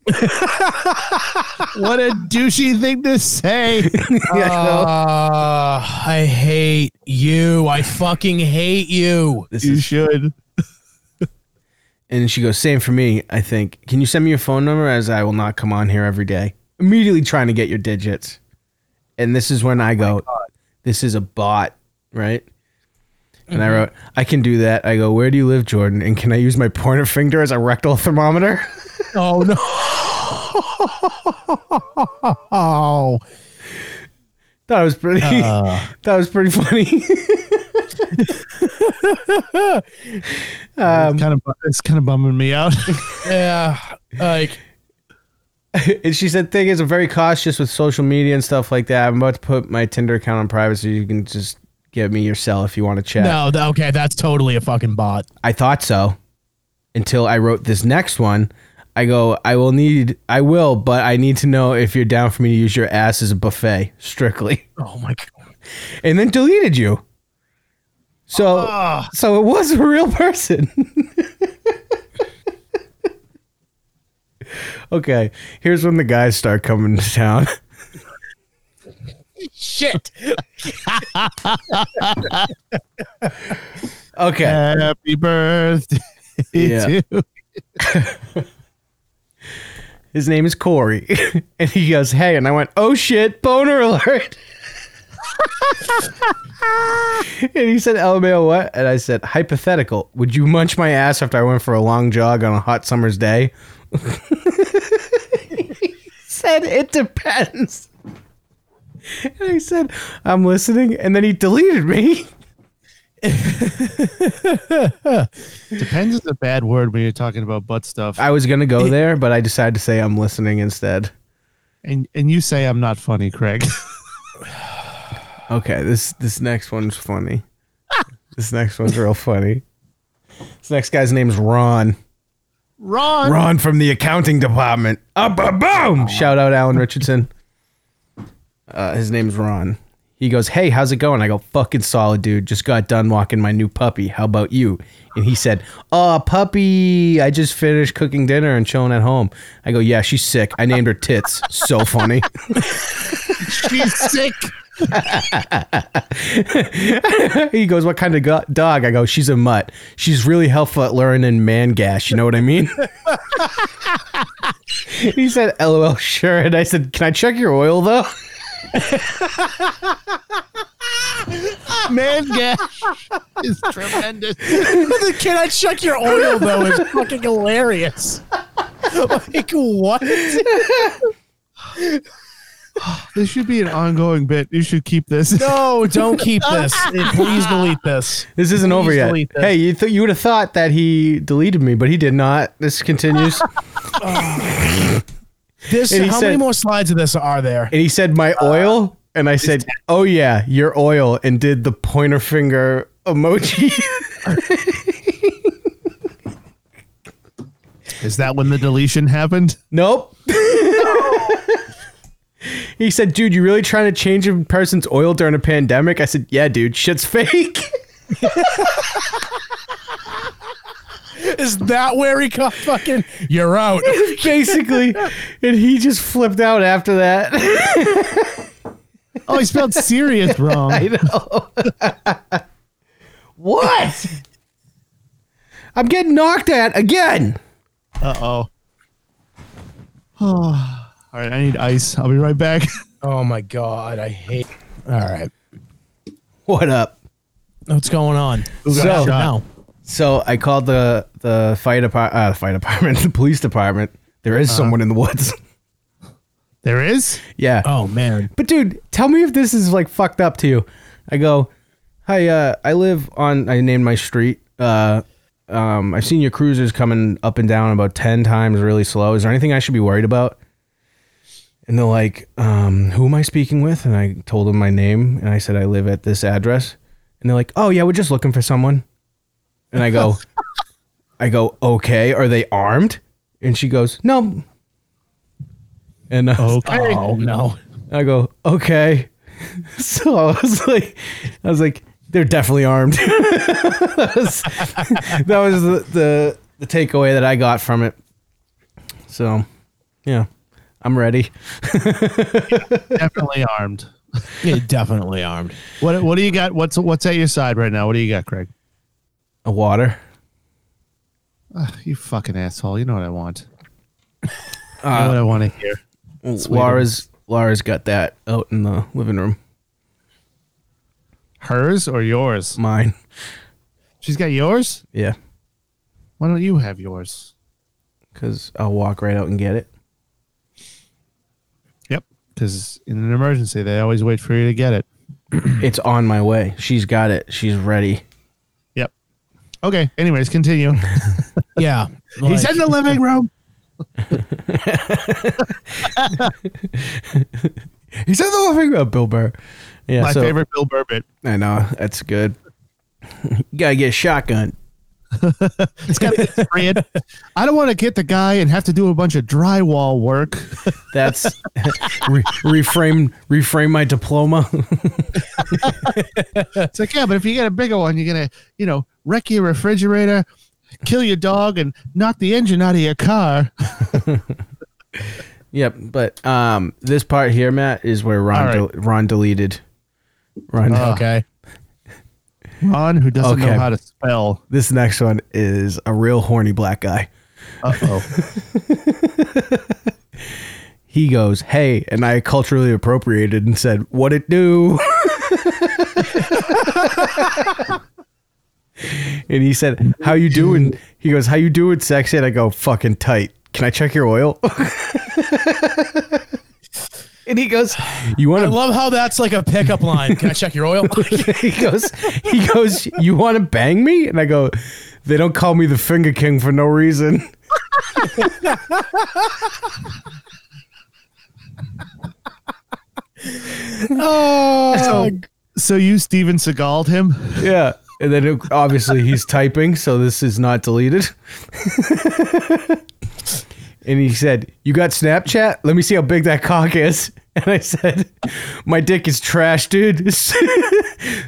(laughs)
what a douchey thing to
(laughs)
say.
Uh, I hate you. I fucking hate you.
This
you
is
should.
And she goes, Same for me, I think. Can you send me your phone number as I will not come on here every day? Immediately trying to get your digits. And this is when I go, This is a bot, right? And I wrote, I can do that. I go, Where do you live, Jordan? And can I use my pointer finger as a rectal thermometer? (laughs)
Oh no.
Oh,
that was pretty (laughs) that was pretty funny. (laughs) Um,
it's kind of it's kind of bumming me out. (laughs)
Yeah. Like
and she said, "Thing is, I'm very cautious with social media and stuff like that. I'm about to put my Tinder account on private, so you can just get me your cell if you want to chat."
no. th- Okay, that's totally a fucking bot.
I thought so, until I wrote this next one. I go, I will need, I will, but I need to know if you're down for me to use your ass as a buffet, strictly, (laughs)
Oh my (laughs) god.
and then deleted you. So, so it was a real person. (laughs) okay, here's when the guys start coming to town. (laughs)
Shit.
Okay.
Happy birthday
Yeah.
to
His name is Corey. (laughs) and he goes, Hey. And I went, Oh shit, boner alert. (laughs) and he said, LMAO, what? And I said, Hypothetical. Would you munch my ass after I went for a long jog on a hot summer's day? (laughs) he said, It depends. And I said, I'm listening. And then he deleted me.
Depends is a bad word when you're talking about butt stuff.
I was going to go there, but I decided to say, I'm listening instead.
and and you say I'm not funny, Craig. (laughs)
Okay, this this next one's funny. this next one's real funny. This next guy's name's Ron.
Ron.
Ron from the accounting department. Up a boom! Shout out Alan Richardson. Uh, his name's Ron. He goes, "Hey, how's it going?" I go, "Fucking solid, dude. Just got done walking my new puppy. How about you?" And he said, "Oh, puppy. I just finished cooking dinner and chilling at home." I go, "Yeah, she's sick. I named her Tits. So funny."
She's sick.
He goes, "What kind of go- dog?" I go, "She's a mutt. She's really helpful at learning man gash. You know what I mean?" (laughs) he said, "LOL, sure." And I said, "Can I check your oil though?"
Man gash is tremendous.
(laughs) Can I check your oil though? It's fucking (laughs) hilarious. Like what?
This should be an ongoing bit. You should keep this.
No, don't
(laughs)
keep this. Please delete this.
This isn't over
Please
yet.
delete this.
Hey, you th- you would have thought that he deleted me, but he did not. This
(laughs)
continues,
This.
And he
How
said-
many more slides of this are there?
and he said my oil, and I said, "Oh yeah, your oil," and did the pointer finger emoji. (laughs)
Is that when the deletion happened?
nope. he said, "Dude, you really trying to change a person's oil during a pandemic?" I said, "Yeah, dude, shit's fake." (laughs)
Is that where he got fucking? You're out.
Basically, and he just flipped out after that.
Oh, he
(laughs)
spelled serious wrong.
I know. what? I'm getting knocked at again.
Uh oh. (sighs) All right, I need ice. I'll be right back.
Oh my god, I hate. All right,
What up?
what's going on?
So-
(laughs)
now,
So I called the the fire department, uh, fire department, (laughs) the police department. There is someone in the woods. (laughs)
There is.
yeah.
oh man,
But dude, tell me if this is like fucked up to you. I go, hi, uh, I live on. I named my street. Uh, um, I've seen your cruisers coming up and down about ten times really slow. Is there anything I should be worried about? And they're like, um, who am I speaking with? And I told them my name and I said I live at this address. And they're like, oh yeah, we're just looking for someone. And I go, I go, okay, are they armed? And she goes, no. And I was
oh no,
I go, okay. (laughs) So I was like, I was like, they're definitely armed. (laughs) that was, that was the, the the takeaway that I got from it. So, yeah, I'm ready.
Definitely armed.
(laughs) yeah, definitely armed.
What What do you got? What's What's at your side right now? What do you got, Craig? (sighs)
A water.
You fucking asshole. You know what I want. you know what I want to hear.
Laura's Laura's got that out in the living room.
Hers or yours?
Mine.
She's got yours.
Yeah,
Why don't you have yours?
because I'll walk right out and get it.
Yep. Because in an emergency, they always wait for you to get it.
It's on my way. She's got it. She's ready.
Yep. Okay. Anyways, continue.
(laughs) Yeah,
(laughs) He's
like-
in the living room.
He's in the living room, Bill Burr. Yeah,
My
so-
favorite Bill Burr bit.
I know that's good. (laughs) you gotta get a shotgun.
It's got to be Fred. (laughs) I don't want to get the guy and have to do a bunch of drywall work.
That's (laughs) re- reframe reframe my diploma. (laughs)
It's like, yeah, but if you get a bigger one, you're gonna, you know, wreck your refrigerator, kill your dog, and knock the engine out of your car.
yep, but um, this part here, Matt, is where Ron
All right. Uh,
del- Ron deleted. Ron,
okay.
Ron, who doesn't
Okay.
know how to spell.
this next one is a real horny black guy.
Uh (laughs) oh.
He goes, "Hey," and I culturally appropriated and said, "What it do?" (laughs) and he said, "How you doing?" He goes, "How you doing, sexy?" And I go, "Fucking tight." Can I check your oil? (laughs) and he goes, "You want
I
to
love how that's like a pickup line. Can I check (laughs) your oil?
(laughs) he goes, he goes, you want to bang me? And I go, they don't call me the finger king for no reason.
Oh! So, so you Steven Seagaled him?
Yeah. And then it- obviously he's typing, so this is not deleted. and he said, You got Snapchat? Let me see how big that cock is. And I said, My dick is trash, dude. It's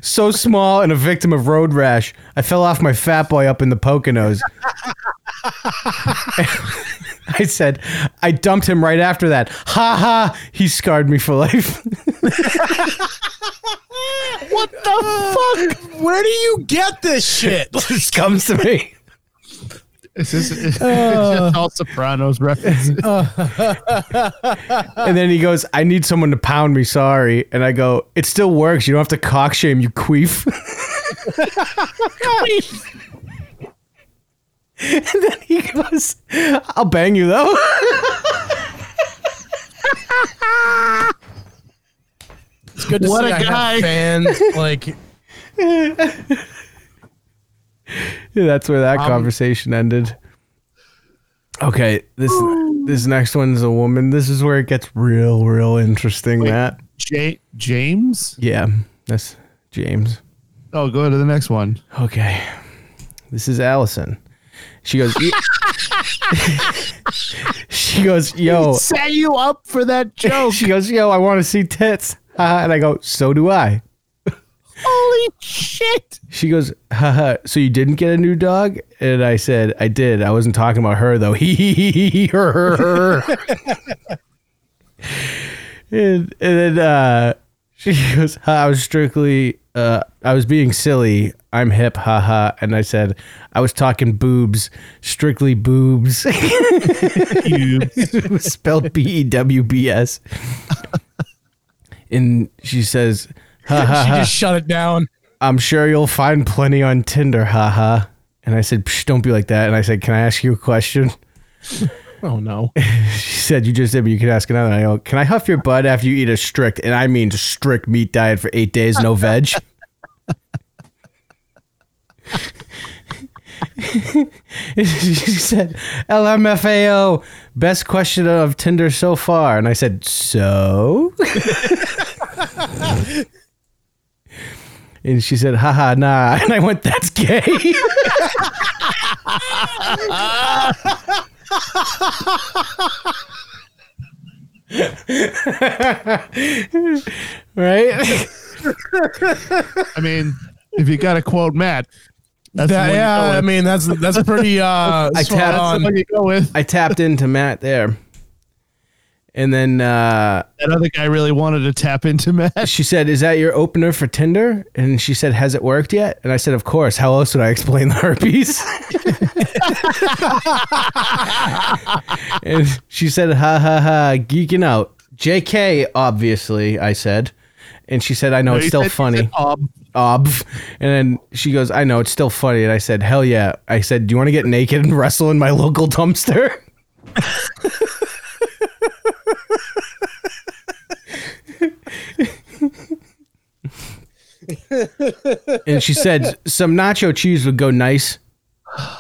(laughs) so small and a victim of road rash. I fell off my fat boy up in the Poconos. (laughs) I said, I dumped him right after that. Ha ha, he scarred me for life. (laughs)
what the fuck? Where do you get this (laughs) shit?
this comes to me.
It's just, (laughs) it's just all Sopranos references.
And then he goes, I need someone to pound me, sorry. And I go, It still works. You don't have to cock shame, you queef. (laughs) and then he goes, (laughs) I'll bang you though.
good to
What
see
a
I
guy.
have fans. Like
That's where that conversation ended. Okay, this this next one's a woman. This is where it gets real, real interesting. Matt.
J- James?
Yeah, that's James.
Oh, go to the next one.
Okay, this is Allison. She goes. "Ye-" (laughs) she goes,
(laughs)
yo.
Set you up for that joke.
She goes, yo. I want to see tits, (laughs) Haha. and I go, so do I.
(laughs) Holy shit.
She goes, haha, so you didn't get a new dog? And I said, I did. I wasn't talking about her though. (laughs) He he he he he her her her. (laughs) and, and then uh, she goes, "Ha, I was strictly uh, I was being silly. I'm hip, haha. And I said, I was talking boobs, strictly boobs. It was (laughs) spelled B E W B S. And she says, ha ha
she
ha.
(laughs) just shut it down.
I'm sure you'll find plenty on Tinder, haha. And I said, Psh, don't be like that. And I said, can I ask you a question?
Oh no.
She said, you just did, but you can ask another. And I go, can I huff your butt after you eat a strict, and I mean strict meat diet for eight days, no veg? (laughs) she said, LMFAO, best question of Tinder so far. And I said, so? (laughs) and she said, haha, nah. And I went, that's gay. (laughs) right?
I mean, if you got to quote Matt, that's
That-
the one you go
yeah, I
with.
mean that's (laughs) that's pretty uh
I
spot
tapped-
that's
on.
the one you go with.
I tapped into Matt there. And then uh,
That other guy really wanted to tap into Matt.
(laughs) she said, Is that your opener for Tinder? And she said, Has it worked yet? And I said, Of course. How else would I explain the herpes? (laughs) and she said, Ha ha ha, geeking out. JK, obviously, I said. And she said, I know, it's
(laughs) He
still
said- he
funny.
said, "Um,
Obv. And then she goes, I know, it's still funny. And I said, Hell yeah. I said, Do you want to get naked and (laughs) wrestle in my local dumpster? and she said, Some nacho cheese would go nice.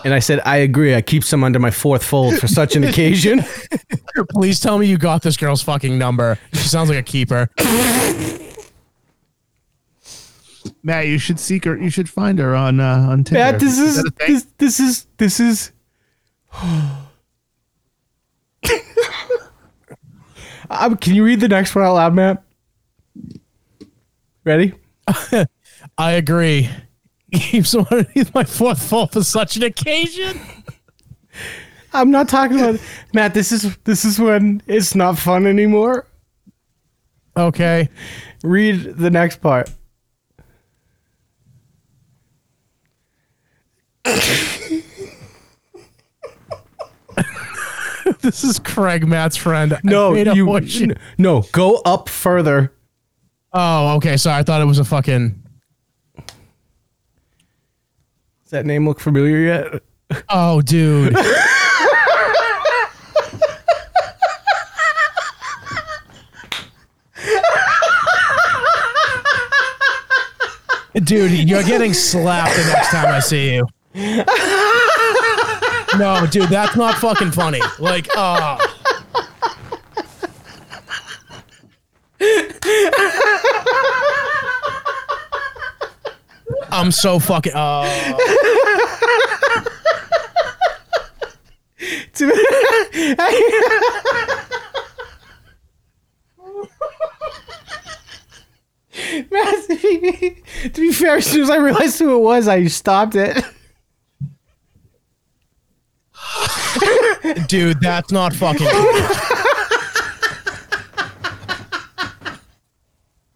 And I said, I agree. I keep some under my fourth fold for such an occasion. (laughs)
Please tell me you got this girl's fucking number. She sounds like a keeper.
Matt, you should seek her. You should find her on uh, on Tinder.
Matt, this is,
that a thing?
this, this is, this is. (gasps) um, can you read the next one out loud, Matt? Ready?
I agree. (laughs) Keeps (laughs) one underneath my fourth fall for such an occasion.
I'm not talking (laughs) about Matt. This is this is when it's not fun anymore.
Okay.
Read the next part.
This is Craig Matt's friend. I
No,
made a
you
wish.
n- no go up further.
Oh, okay. Sorry, I thought it was a fucking.
Does that name look familiar yet?
Oh, dude. dude, you're getting slapped the next time I see you. No, dude, that's not fucking funny. Like, oh. I'm so fucking. Oh.
(laughs) Matt, to be, to be fair, as soon as I realized who it was, I stopped it.
Dude, that's not fucking.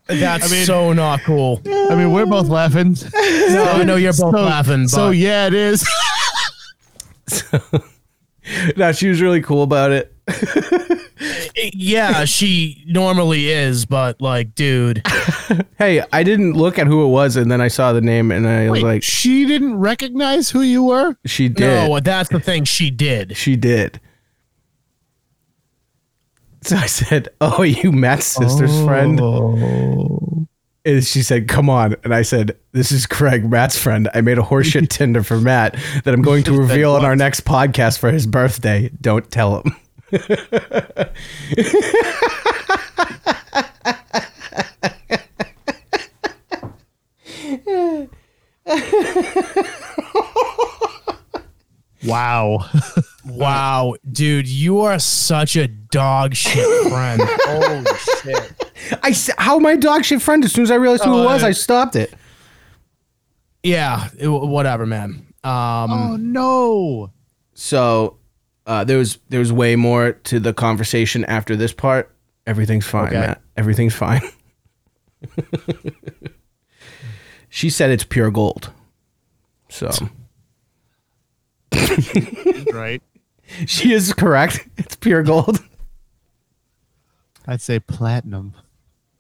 That's so not cool.
I mean, we're both (laughs) laughing.
No, I know you're both
So-
laughing, but
So yeah, it is.
(laughs) No, she was really cool about it.
yeah, she normally is, but like, dude,
Hey, I didn't look at who it was, and then I saw the name, and I was like,
she didn't recognize who you were.
she did.
no, that's the thing she did.
She did. So I said, "Oh, are you Matt's sister's friend?"
Oh.
And she said, "Come on." And I said, "This is Craig, Matt's friend. I made a (laughs) horseshit Tinder for Matt that I'm going to reveal on our next podcast for his birthday. Don't tell him."
Wow.
Wow, dude, you are such a dog shit
(laughs)
friend.
Oh.
Holy shit.
I s- how my dog shit friend. As soon as I realized who it was, I stopped it.
yeah, it- whatever, man. Um,
Oh no.
So uh, there was there was way more to the conversation after this part. Everything's fine,
Okay.
Matt. Everything's fine. (laughs) she said it's pure gold. So
Right.
(laughs) she is correct. It's pure gold.
I'd say platinum.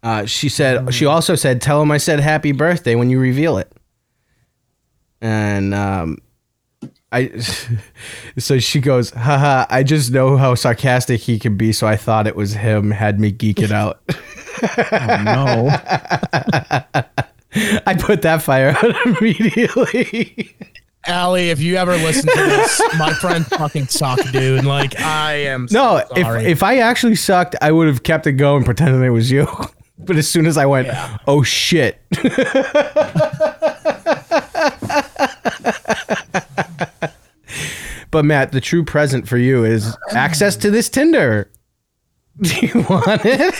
Uh, she said. She also said, "Tell him I said happy birthday when you reveal it." And um, I, (laughs) so she goes, "Haha! I just know how sarcastic he can be, so I thought it was him. Had me geek it out.
Oh (laughs) no.
I put that fire out (laughs) immediately.
Allie, if you ever listen to this, my friend fucking suck, dude. Like, I am
no,
so
if
sorry.
if I actually sucked, I would have kept it going, pretending it was you. (laughs) But as soon as I went, oh shit, (laughs) But Matt, the true present for you is access to this Tinder. (laughs) Do you want it?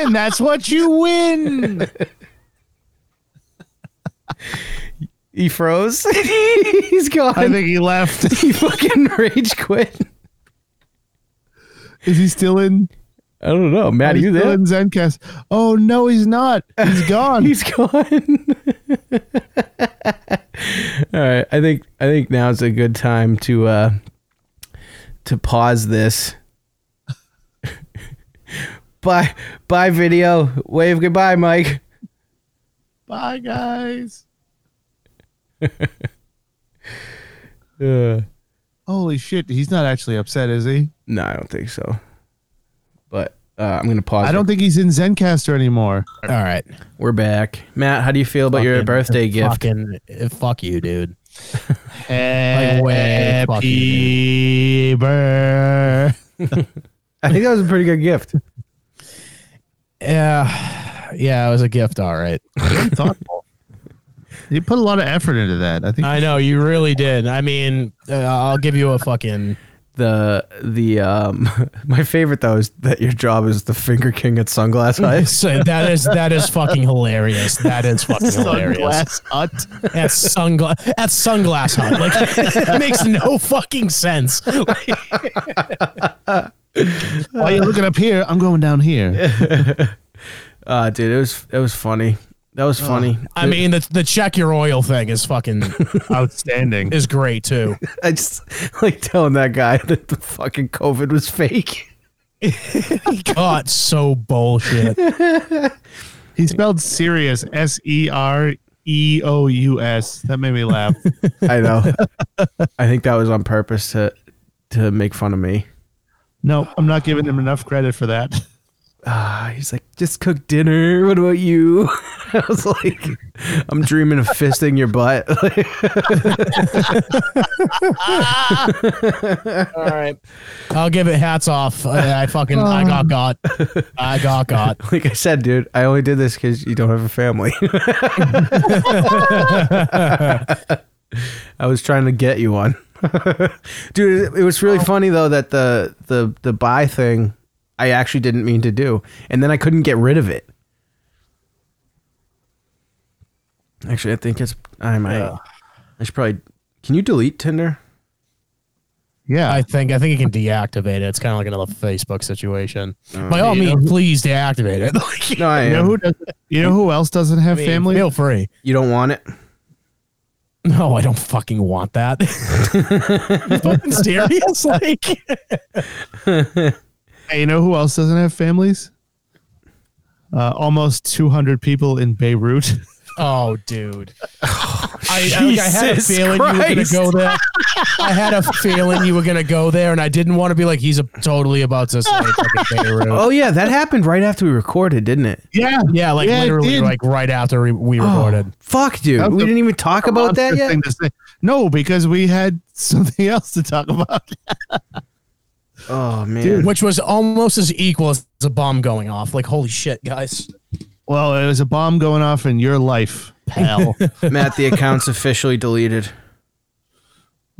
and that's what you win.
He froze. (laughs) He's gone.
I think he left. (laughs)
he fucking (laughs) rage quit.
Is he still in?
I don't know. Matt, are
he's
you
still
there?
in Zencast? Oh no, he's not. (laughs) He's gone.
He's gone. (laughs) All right. I think I think now's a good time to uh to pause this. (laughs) bye bye video. Wave goodbye, Mike.
Bye, guys.
Uh,
Holy shit, he's not actually upset, is he?
no, I don't think so. But uh, I'm gonna pause.
I
it.
don't think he's in Zencaster anymore.
all right,
We're back. Matt, how do you feel about your
Fucking-
birthday gift?
fucking, eh, fuck you, dude. Like, fuck you, dude. (laughs)
Happy birthday.
I think that was a pretty good gift.
Yeah, yeah, it was a gift, all right.
Thoughtful. You put a lot of effort into that. I think
I know you really did. I mean, uh, I'll give you a fucking.
(laughs) The the um (laughs) my favorite though is that your job is the finger king at (laughs) Sunglass Hut.
So that is that is fucking hilarious. That is fucking hilarious.
hut.
At sunglass at sunglass hut. Like (laughs) it makes no fucking sense. Like,
(laughs) While you're looking up here, I'm going down here.
uh dude, it was it was funny. That was funny.
I mean, the the check your oil thing is fucking
Outstanding.
is great too.
I just (laughs) like telling that guy (laughs) that the fucking COVID was (laughs) fake.
God, so bullshit.
He spelled serious S E R E O U S. That made
(laughs)
me laugh.
I know. I think that was on purpose to to make fun of me.
no, I'm not giving him enough credit for that.
Uh, he's like, just cook dinner. What about you? (laughs) I was like, (laughs) I'm dreaming of fisting your (laughs) butt.
All right, I'll give it hats off. I, I fucking I got got. I got
(laughs)
got.
like I said, dude, I only did this because you don't have a family. (laughs) I was trying to get you one, (laughs) dude. It, it was really funny though that the the the buy thing I actually didn't mean to do, and then I couldn't get rid of it. Actually, I think it's I might. I should probably. Can you delete Tinder?
Yeah.
I think I think you can deactivate it. It's kind of like another Facebook situation.
Oh,
By all means, please deactivate it. (laughs) Like,
No, I
(laughs) you know
am.
who doesn't, you know who else doesn't have family?
feel free.
You don't want it.
No, I don't fucking want
(laughs)
that. You fucking serious? Like,
Hey, you know who else doesn't have families? Uh, almost 200 people in Beirut. (laughs)
Oh, dude. I, I, I had a
Jesus
feeling
Christ.
you were going to go there. I had a feeling you were going to go there, and I didn't want to be like, he's a, totally
(laughs)
about to say fucking Beirut.
Oh yeah, that happened right after we recorded, didn't it?
Yeah.
yeah, like
Yeah, it
literally,
did. Oh,
like right after we, we recorded.
Fuck, dude,
That's
we
a-
didn't even talk about that
Monster
yet.
thing to say. No, because we had (laughs) something else to talk about.
Oh man,
which was almost as equal as a bomb going off. Like, holy shit, guys.
Well, it was a bomb going off in your life,
(laughs)
pal.
Matt, the account's officially deleted.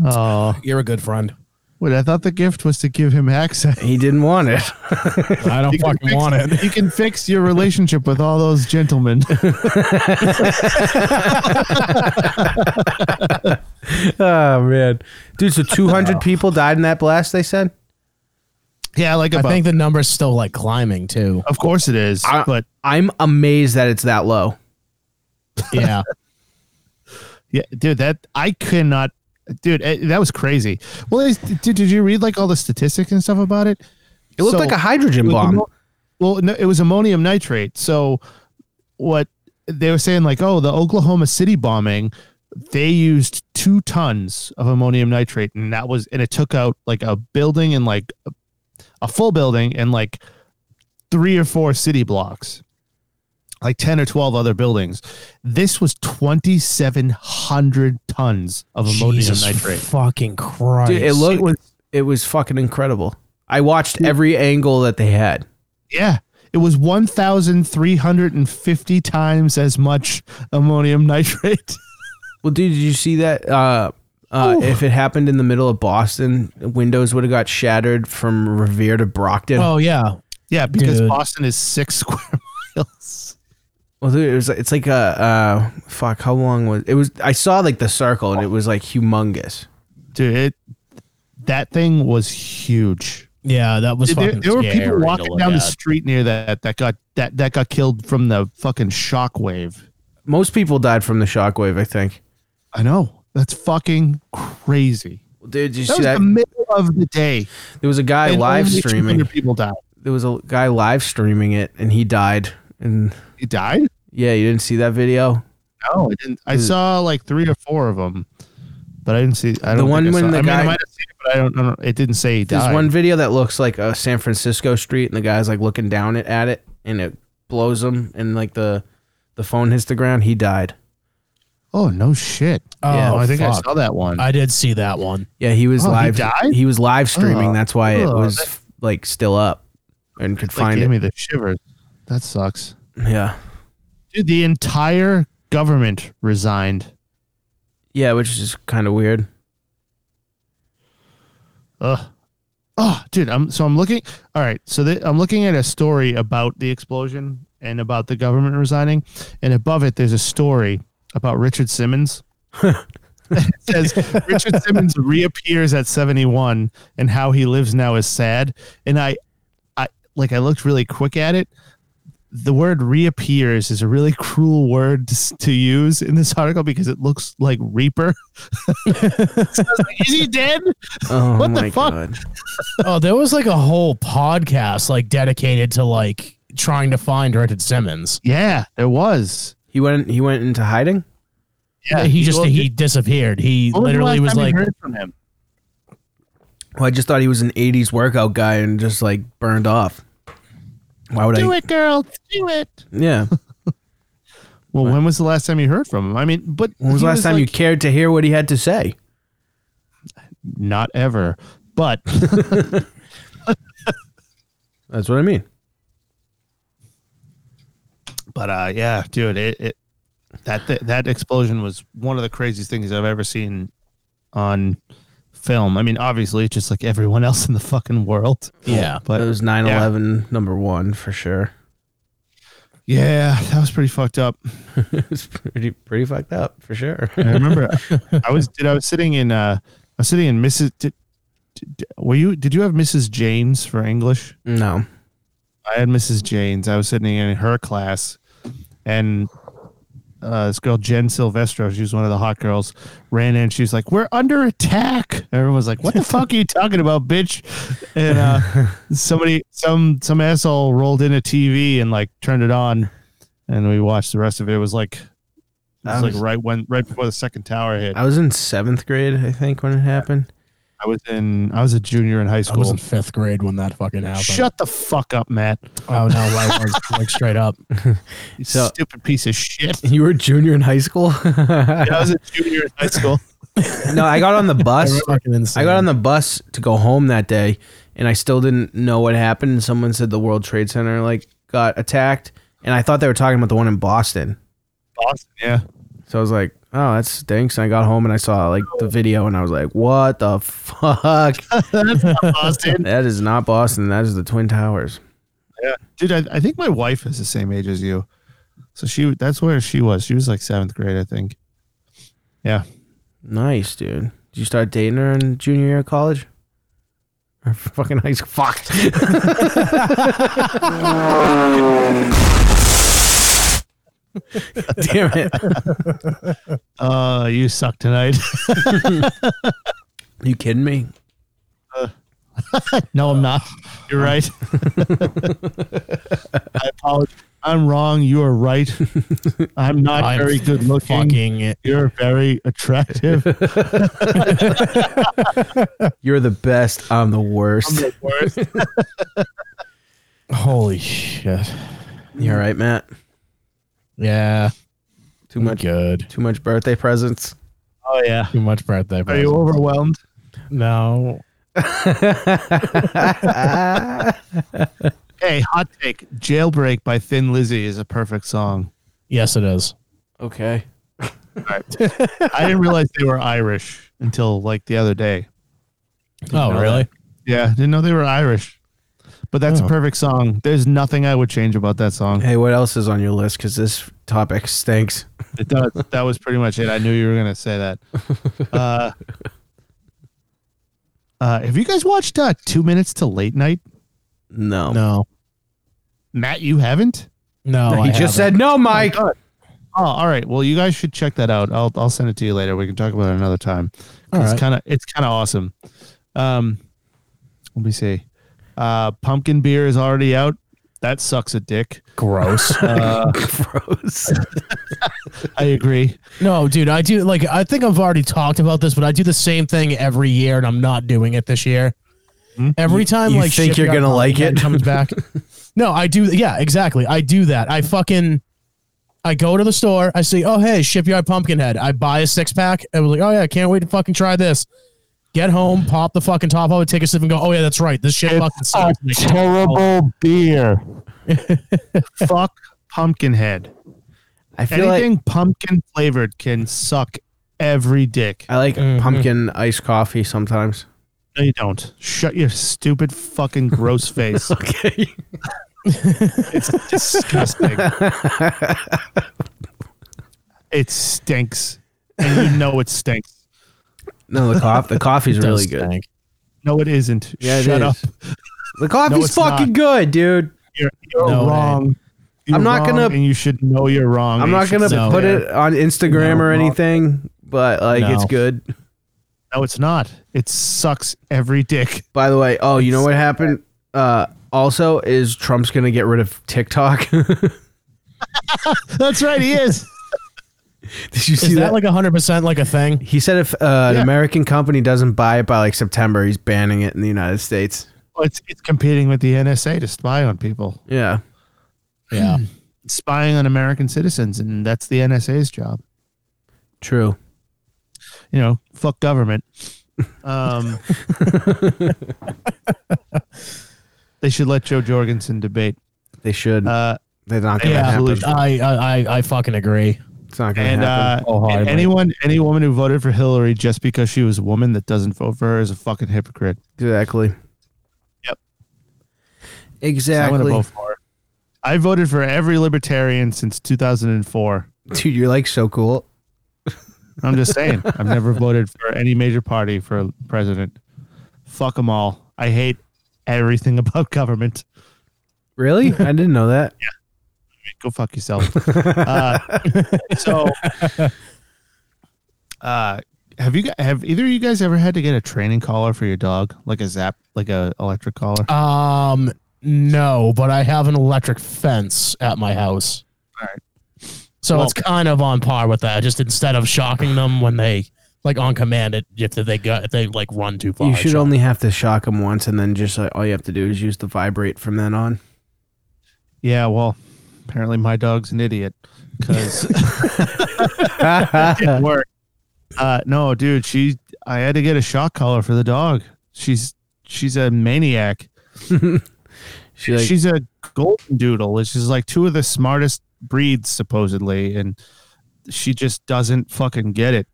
oh,
You're a good friend.
wait, I thought the gift was to give him access.
He didn't want it.
I don't fucking want it.
(laughs) You can fix your relationship with all those
(laughs)
gentlemen.
(laughs) oh man, dude. So two (laughs) hundred people died in that blast. They said.
yeah, like
I
about.
think the number's still like climbing
(laughs)
too.
of course it is,
I,
but
I'm amazed that it's that low.
Yeah.
Yeah, dude, that I cannot, dude, eh, that was crazy. Well, is, did, did you read like all the statistics and stuff about it?
It looked
So-
like a hydrogen
it was
bomb.
ammo- Well, no, it was ammonium nitrate. So, what they were saying, like, oh, the Oklahoma City bombing, they used two tons of ammonium nitrate, and that was, and it took out like a building and like a- a full building and like three or four city blocks, like 10 or 12 other buildings. This was 2,700 tons (laughs) of ammonium
Jesus
nitrate.
fucking Christ.
Dude, it looked. It was, fucking incredible. I watched every angle that they had.
Yeah. It was 1,350 times as much ammonium (laughs) nitrate.
Well, dude, did you see that? Uh, uh, if it happened in the middle of Boston, windows would have got shattered from Revere to Brockton.
Oh yeah.
Yeah, because
Dude.
Boston is six (laughs) square miles.
Well, dude, it was. It's like a uh, fuck. How long was it? Was I saw like the circle and it was like humongous.
Dude, it, that thing was huge.
Yeah, that was
There,
fucking
there were people
scary to
walking
look
down the
at.
street near that that got that that got killed from the fucking shockwave.
Most people died from the shockwave. I think.
I know. That's fucking crazy.
Dude, did you
That
see
was
that?
the middle of the day.
there was a guy
and
live
only
streaming.
200 People died.
There was a guy live streaming it, and he died. And
He died?
yeah, you didn't see that video.
No, I didn't. I saw like three or four of them, but I didn't see. I don't think
one
I saw-
when the
I mean,
guy-
I might have seen it, but I don't. I don't- it didn't say he
There's
died.
one video that looks like a San Francisco street, and the guy's like looking down at, at it, and it blows him, and like the the phone hits the ground. He died.
Oh no shit!
Oh,
Yeah,
I think I
fuck.
saw that one.
I did see that one.
Yeah, he was
Oh, he
live.
died?
was live streaming.
Oh.
that's why it
Oh,
was
that-
like still up and could
like,
find
gave
it.
me the shivers. That sucks.
yeah,
Dude, the entire government resigned.
yeah, which is just kind of weird.
Ugh. Oh, dude. I'm so I'm looking. All right. So th- I'm looking at a story about the explosion and about the government resigning, and above it there's a story about Richard Simmons. it says Richard Simmons reappears at 71, and how he lives now is sad. And I, I like I looked really quick at it. The word reappears is a really cruel word to, s- to use in this article because it looks like Reaper. (laughs) So I was like, is he dead?
Oh
What the
my
fuck?
god!
Oh, there was like a whole podcast like dedicated to like trying to find Richard Simmons.
Yeah, there was.
He went. He went into hiding.
Yeah,
he just
well,
he disappeared. He
when the
literally
last
was
time you
like
heard from him.
Well, I just thought he was an '80s workout guy and just like burned off. Why would
"Do
I?
it, girl, do it."
(laughs) Yeah.
Well, when was the last time you heard from him? I mean, but
When was
he
the last time you
like,
cared to hear what he had to say?
Not ever. But
That's what I mean.
but uh, yeah, dude, it, it that th- that explosion was one of the craziest things I've ever seen on film. I mean, obviously, just like everyone else in the fucking world.
Yeah.
It
but
was 9/11 number one for sure. (laughs)
yeah, that was pretty fucked up.
It was pretty pretty fucked up for (laughs) sure.
I remember I was did I was sitting in uh I was sitting in Mrs. Did, did, were you did you have Mrs. James for English?
no,
I had Mrs. Jane's. I was sitting in her class, and uh, this girl Jen Silvestro, she was one of the hot girls, ran in. She was like, "We're under attack!" Everyone was like, "What the fuck are you talking about, bitch?" And uh, somebody, some some asshole rolled in a TV and like turned it on, and we watched the rest of it. It was like It's like right when right before the second tower hit.
I was in seventh grade, I think, when it happened.
I was in I was a junior in high
I was
school.
in fifth grade when that fucking happened.
Shut the fuck up, Matt.
Oh no, I was like straight up.
You
So-
stupid piece of
(laughs)
shit.
(laughs) You were a junior in high school. (laughs)
I was a junior in high school.
no, I got on the bus.
Fucking insane.
I got on the bus to go home that day, and I still didn't know what happened. And someone said the World Trade Center like got attacked, and I thought they were talking about the one in Boston.
Boston, yeah.
So I was like, "Oh, that stinks." And I got home and I saw like the video, and I was like, "What the fuck? (laughs)
(laughs)
Boston.
that is not Boston. That is the Twin Towers."
Yeah. Dude, I, I think my wife is the same age as you. So she that's where she was. She was like seventh grade, I think. Yeah.
Nice, dude. Did you start dating her in junior year of college? Or (laughs) fucking high school? Fuck. (laughs) Damn it.
Uh you suck tonight. (laughs)
You kidding me?
no, I'm not.
(laughs)
You're right. I apologize. I'm wrong. You are right. I'm not
I'm
very good looking.
fucking it.
You're very
(laughs)
attractive. I'm
You're the best. I'm the worst.
the worst.
Holy shit.
You all right, Matt?
Yeah.
Too much.
good.
Too much birthday presents.
Oh yeah.
Too much birthday.
Are you
presents.
overwhelmed?
No.
Hey, hot take. Jailbreak by Thin Lizzy is a perfect song.
Yes, it is.
Okay.
I didn't realize they were Irish until like the other day.
Oh,
know
really?
Yeah, didn't know they were Irish. But that's
Oh.
a perfect song. There's nothing I would change about that song.
Hey, what else is on your list? Because this topic stinks.
It does. that was pretty much it. I knew you were gonna
(laughs)
say that. Uh, uh, have you guys watched uh, Two Minutes to Late Night?
No.
No.
Matt, you haven't.
No.
he just said no, Mike.
Oh, all right. Well, you guys should check that out. I'll I'll send it to you later. We can talk about it another time.
All
It's
right.
kind of it's kind of awesome. Um, let me see. Uh, pumpkin beer is already out. That sucks a dick.
gross.
Gross.
I agree.
No, dude, I do like I think I've already talked about this, but I do the same thing every year, and I'm not doing it this year. Every time,
Hmm? you
like,
think you're
Shipyard
gonna like
Content
it? (laughs)
comes back. no, I do. Yeah, exactly. I do that. I fucking, I go to the store. I see, oh hey, Shipyard Pumpkinhead. I buy a six pack, and we're like, oh yeah, can't wait to fucking try this. Get home, pop the fucking top off, take a sip, and go. Oh yeah, that's right. This shit fucking sucks.
(laughs)
terrible beer. (laughs) Fuck Pumpkinhead.
I feel like
Anything pumpkin flavored can suck every dick.
I like
Mhm.
pumpkin iced coffee
(laughs)
sometimes.
No, you don't. Shut your stupid fucking
(laughs)
gross face.
Okay.
Disgusting. (laughs) it stinks. And you know it stinks.
No, the coffee. The coffee's really good.
No, it isn't.
Yeah, it
Shut
is.
up.
The coffee's
it's not.
fucking good, dude.
You're, you're
No, it
wrong. You're
I'm not
wrong,
gonna-
And you should know you're wrong.
I'm
and you
not
should
gonna
sit
put
there.
it on Instagram
No,
or
no.
anything, but like it's
No.
good.
No, it's not. It sucks every
(laughs)
dick.
By the way, oh, you know what happened? Uh, also, is Trump's gonna get rid of TikTok? (laughs) Did
That's right. He is.
you
Is
see
that,
that?
like hundred percent like a thing?
he said if uh, an
Yeah.
American company doesn't buy it by like September, he's banning it in the United States.
(laughs) Well, it's it's competing with the NSA to spy on people,
Yeah,
Yeah.
spying on American citizens, and that's the NSA's job.
true.
You know, fuck government. Um, they should let Joe Jorgensen debate.
They should.
Uh,
They're not gonna
Yeah.
happen.
absolutely.
I I I, I fucking agree.
It's not gonna
and
happen.
uh,
Oh, hi,
and
Mike.
anyone any woman who voted for Hillary just because she was a woman that doesn't vote for her is a fucking hypocrite.
Exactly.
Yep. So I'm
Exactly.
gonna vote for her. I voted for every libertarian since 2004.
Dude, you're like so cool.
I'm just saying. I've never voted for any major party for president. Fuck them all. I hate everything (laughs) about government. (laughs)
Really? I didn't know that.
Go fuck yourself.
(laughs)
uh, so, uh, have you gu- have either of you guys ever had to get a training collar for your dog, like a zap, like a electric collar?
Um, no, but I have an electric fence at my house. So
Well-
it's kind of on par with that. Just instead of shocking them when they like on command, it, if they got if they like run too far.
you should
shock.
only have to shock them once, and then just like all you have to do is use the vibrate from then on. (laughs)
Yeah, well, apparently my dog's an idiot because it worked. Uh, no, dude, she. I had to get a shock collar for the dog. She's she's a maniac.
She like,
she's a golden doodle. It's just like two of the smartest breeds supposedly, and she just doesn't fucking get it.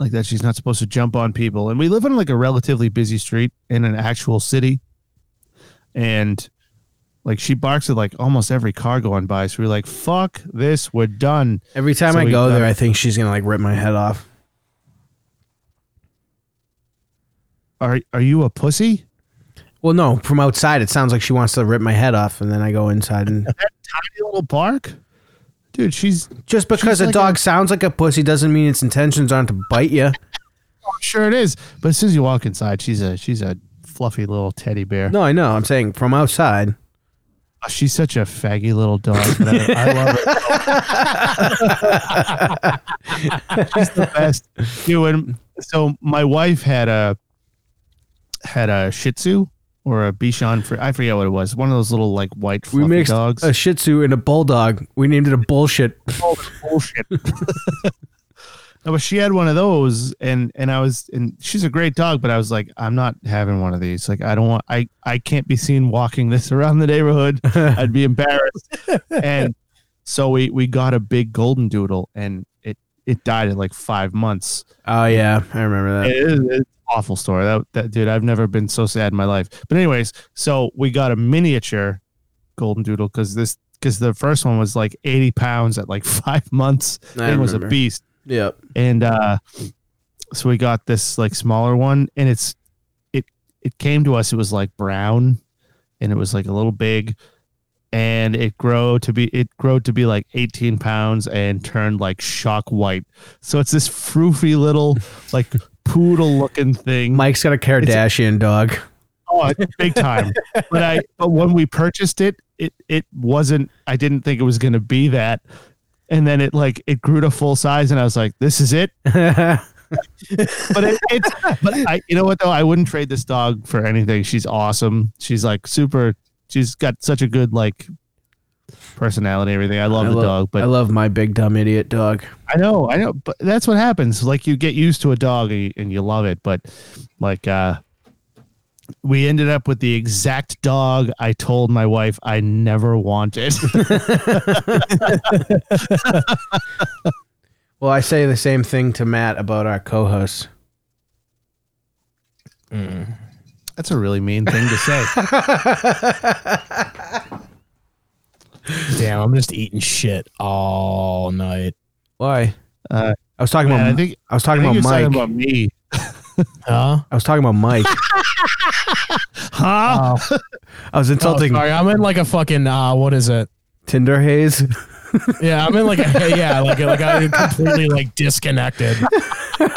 Like that, she's not supposed to jump on people. And we live on like a relatively busy street in an actual city, and like she barks at like almost every car going by. So we're like, "Fuck this, we're done."
every time
So
I
we
go
got-
there, I think she's gonna like rip my head off.
Are are you a pussy?
Well, no, from outside it sounds like she wants to rip my head off, and then I go inside and
That tiny little bark, dude. She's
just because
She's
a
like
dog
a-
sounds like a pussy doesn't mean its intentions aren't to bite you.
I'm sure it is. But as soon as you walk inside, she's a she's a fluffy little teddy bear.
No, I know. I'm saying from outside.
Oh, she's such a faggy little dog. But I, I love her. (laughs) she's the best. Dude, and so my wife had a had a Shih Tzu or a Bichon. Fr- I forget what it was. One of those little like white
We
fluffy
mixed
dogs.
a Shih Tzu and a bulldog. We named it a bullshit.
all this bullshit. (laughs) No, but she had one of those, and and I was, and she's a great dog, but I was like, I'm not having one of these. Like, I don't want, I I can't be seen walking this around the (laughs) neighborhood. I'd be embarrassed. and so we we got a big golden doodle, and it it died at like five months.
Oh yeah, I remember that.
It is it's an awful story. That that dude, I've never been so sad in my life. But anyways, so we got a miniature golden doodle because this because the first one was like 80 pounds at like (laughs) five months.
I
it was a
remember.
beast.
Yep.
And uh so we got this like smaller one and it's it it came to us, it was like brown and it was like a little big and it grow to be it grew to be like 18 pounds and turned like shock white. So it's this froofy little like poodle looking thing.
Mike's got a Kardashian dog. (laughs)
Oh, big time. but I but when we purchased it, it it wasn't I didn't think it was going to be that. And then it like it grew to full size and I was like, this is it. but it,
(laughs)
it's but I you know what though I wouldn't trade this dog for anything. She's awesome. She's like super. She's got such a good like personality. and Everything. I love
I
the dog, but
I love my big dumb idiot dog.
I know, I know, but that's what happens. Like you get used to a dog and you, and you love it, but like uh we ended up with the exact dog I told my wife I never
(laughs)
wanted. (laughs)
Well, I say the same thing to Matt about our co-hosts.
that's a really mean thing to say.
Damn, I'm just eating shit all night.
Why?
Uh,
I was talking
man,
about.
I think
I was
I
talking
think
about
you're
Mike.
talking about me.
Huh?
I was talking about
(laughs)
Mike. (laughs)
Huh?
I was
Oh,
insulting
sorry, I'm in like a fucking uh, what is it?
Tinder haze. (laughs)
Yeah, I'm in like a (laughs) yeah, like like I'm completely like disconnected.
Everything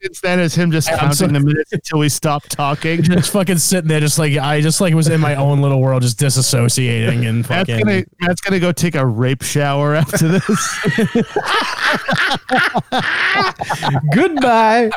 since then is him just
I'm
counting
so-
the minutes until we stop talking.
Just fucking sitting there, just like I just like was in my own little world, just disassociating and
Matt's
fucking.
gonna, Matt's gonna go take a rape shower after this.
Goodbye.